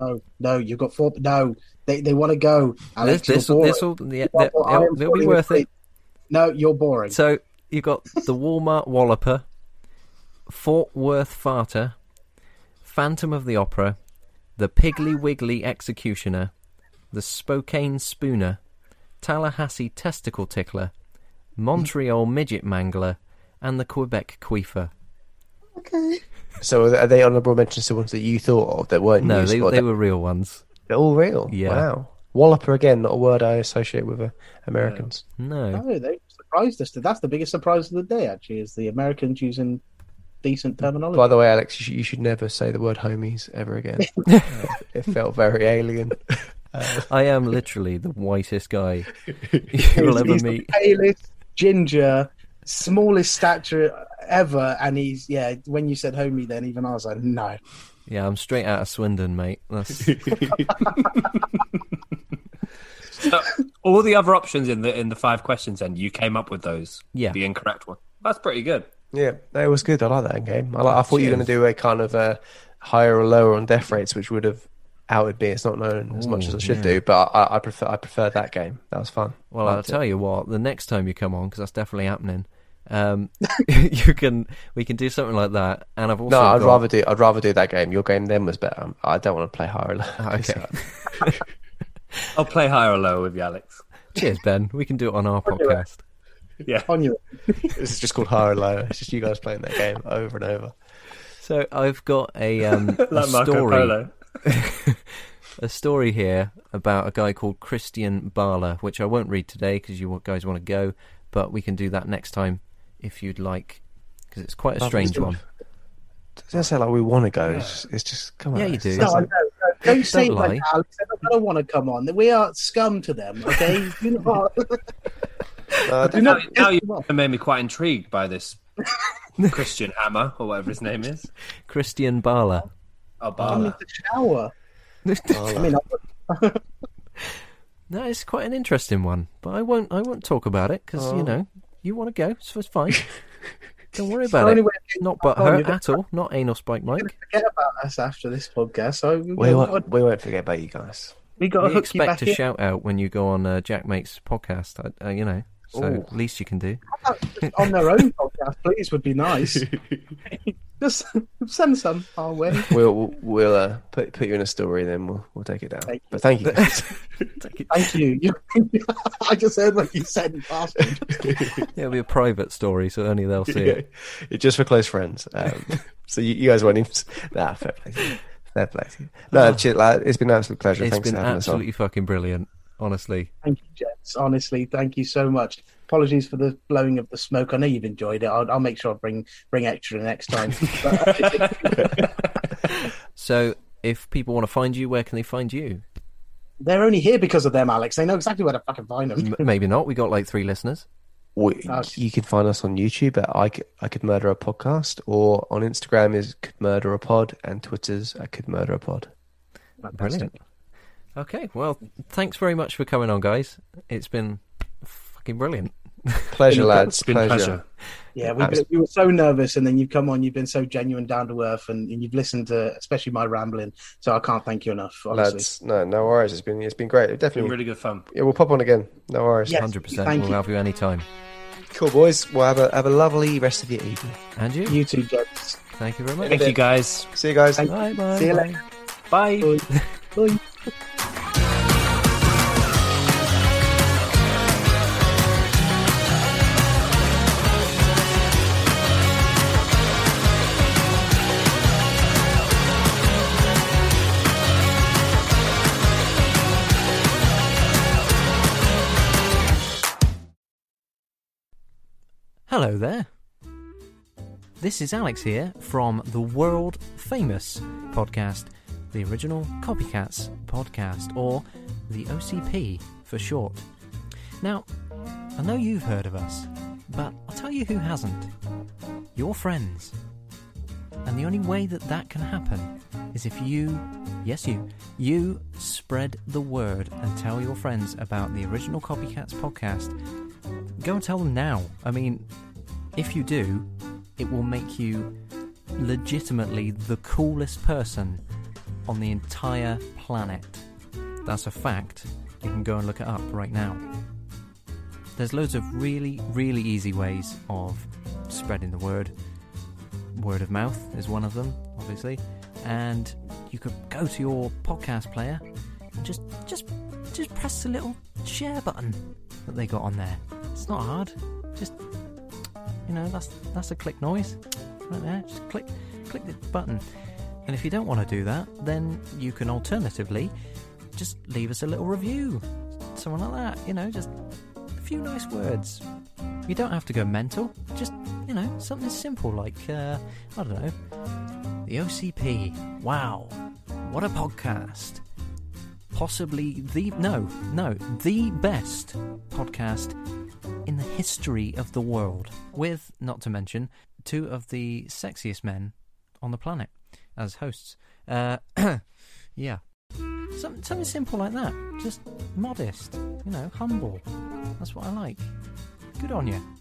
No, no, you've got four. No, they they want to go. Alex, this you're will boring. this will yeah, You're they'll- boring. I am they'll be fully worth afraid. it. No, you're boring. So you got the Walmart Walloper, Fort Worth Farter, Phantom of the Opera, the Piggly Wiggly Executioner, the Spokane Spooner, Tallahassee Testicle Tickler, Montreal Midget Mangler, and the Quebec Queefer. So are they honourable mentions to ones that you thought of that weren't? No, used, they, or they that- were real ones. They're all real. Yeah. Wow. Walloper again, not a word I associate with uh, Americans. No. no, they surprised us. That's the biggest surprise of the day. Actually, is the Americans using decent terminology. By the way, Alex, you should, you should never say the word homies [laughs] ever again. [laughs] Uh, it felt very alien. I am literally the whitest guy you will ever he's meet. the palest, ginger, smallest stature ever, and he's yeah. When you said homie, then even I was like, no. Yeah, I'm straight out of Swindon, mate. That's So, all the other options in the in the five questions, and you came up with those. Yeah. the incorrect one. That's pretty good. Yeah, that was good. I like that game. I, like, I thought you were going to do a kind of a higher or lower on death rates, which would have outed me. It's not known as much as it should do, but I, I prefer I prefer that game. That was fun. Well, I'll Liked it. tell you what. The next time you come on, because that's definitely happening, um, [laughs] you can we can do something like that. And I've also No, I'd got- rather do I'd rather do that game. Your game then was better. Um, I don't want to play higher or lower. [laughs] [laughs] okay. I'll play higher or lower with you, Alex. [laughs] Cheers, Ben. We can do it on our podcast. Yeah, On you. this is just called higher or lower. It's just you guys playing that game over and over. So I've got a, um, a like Marco story, Polo. a story here about a guy called Christian Barla, which I won't read today because you guys want to go, but we can do that next time if you'd like, because it's quite a strange one. Doesn't sound like we want to go. It's, just, it's just come on. Yeah, you do. No, I know. no, Don't say it lie. like that, Alex. I don't want to come on. We are scum to them. [laughs] Okay, you know what? Uh, Now, now you made me quite intrigued by this Christian Hammer or whatever his name is. Christian Barla. [laughs] Oh, I'm in Barla. the shower. I mean, I- That is quite an interesting one, but I won't. I won't talk about it because you know you want to go, so it's [laughs] fine. Don't worry about only it. way of Not but on, her you're gonna- at all. Not anal spike, Mike. forget about us after this podcast. So we, we won't, we won't forget about you guys. we got to hook We you expect back a in. [laughs] shout out when you go on uh, Jack Mate's podcast. Uh, uh, you know, [laughs] so least you can do. [laughs] on their own podcast, please, would be nice. Just [laughs] send some our way. We'll we'll, we'll uh, put put you in a story, then we'll we'll take it down. Thank But thank [laughs] you. Take it- Thank you. You- [laughs] I just heard what you said, bastard. It'll be a private story, so only they'll see it. Yeah, just for close friends. Um, [laughs] so you, you guys won't even. Nah, fair play. to you. Fair play. to you. No, shit, lad, it's been an absolute [laughs] pleasure. It's Thanks been for having us on. absolutely fucking brilliant, honestly. [laughs] Thank you, gents. Honestly, thank you so much. Apologies for the blowing of the smoke. I know you've enjoyed it. I'll, I'll make sure I bring bring extra next time. [laughs] But- uh, So, if people want to find you, where can they find you? They're only here because of them, Alex. They know exactly where to fucking find them. M- maybe not. We got like three listeners. We, Oh. you can find us on YouTube at I could, I could murder a podcast, or on Instagram is could murder a pod, and Twitter's I could murder a pod. Brilliant. Okay, well, thanks very much for coming on, guys. It's been fucking brilliant. Pleasure, lads. It's been a pleasure. Yeah, we, we were so nervous, and then you've come on. You've been so genuine, down to earth, and, and you've listened to, especially my rambling. So I can't thank you enough. Honestly, Lads, no, no worries. It's been it's been great. It Been definitely, really good fun. yeah, we'll pop on again. No worries. Yes, 100%. Thank we'll you. have you anytime. Cool, boys. Well, have a have a lovely rest of your evening. And you. You too, gents. Thank you very much. Thank you guys. See you guys. Thank Bye bye. See you bye. later. Bye. Bye. Bye. Hello there. This is Alex here from the world famous podcast, the original Copycats podcast, or the OCP for short. Now, I know you've heard of us, but I'll tell you who hasn't. Your friends. And the only way that that can happen is if you, yes, you, you spread the word and tell your friends about the original Copycats podcast go and tell them now. I mean, if you do, it will make you legitimately the coolest person on the entire planet. That's a fact. You can go and look it up right now. There's loads of really, really easy ways of spreading the word. Word of mouth is one of them, obviously. And you could go to your podcast player and just just just press the little share button that they got on there. It's not hard. Just you know, that's that's a click noise right there. Just click click the button. And if you don't want to do that, then you can alternatively just leave us a little review, something like that. You know, just a few nice words. You don't have to go mental. Just you know, something simple like uh, I don't know, the OCP. Wow, what a podcast! Possibly the no, no, the best podcast in the history of the world, with, not to mention, two of the sexiest men on the planet as hosts. Uh, [clears throat] yeah. Some, something simple like that. Just modest, you know, humble. That's what I like. Good on you.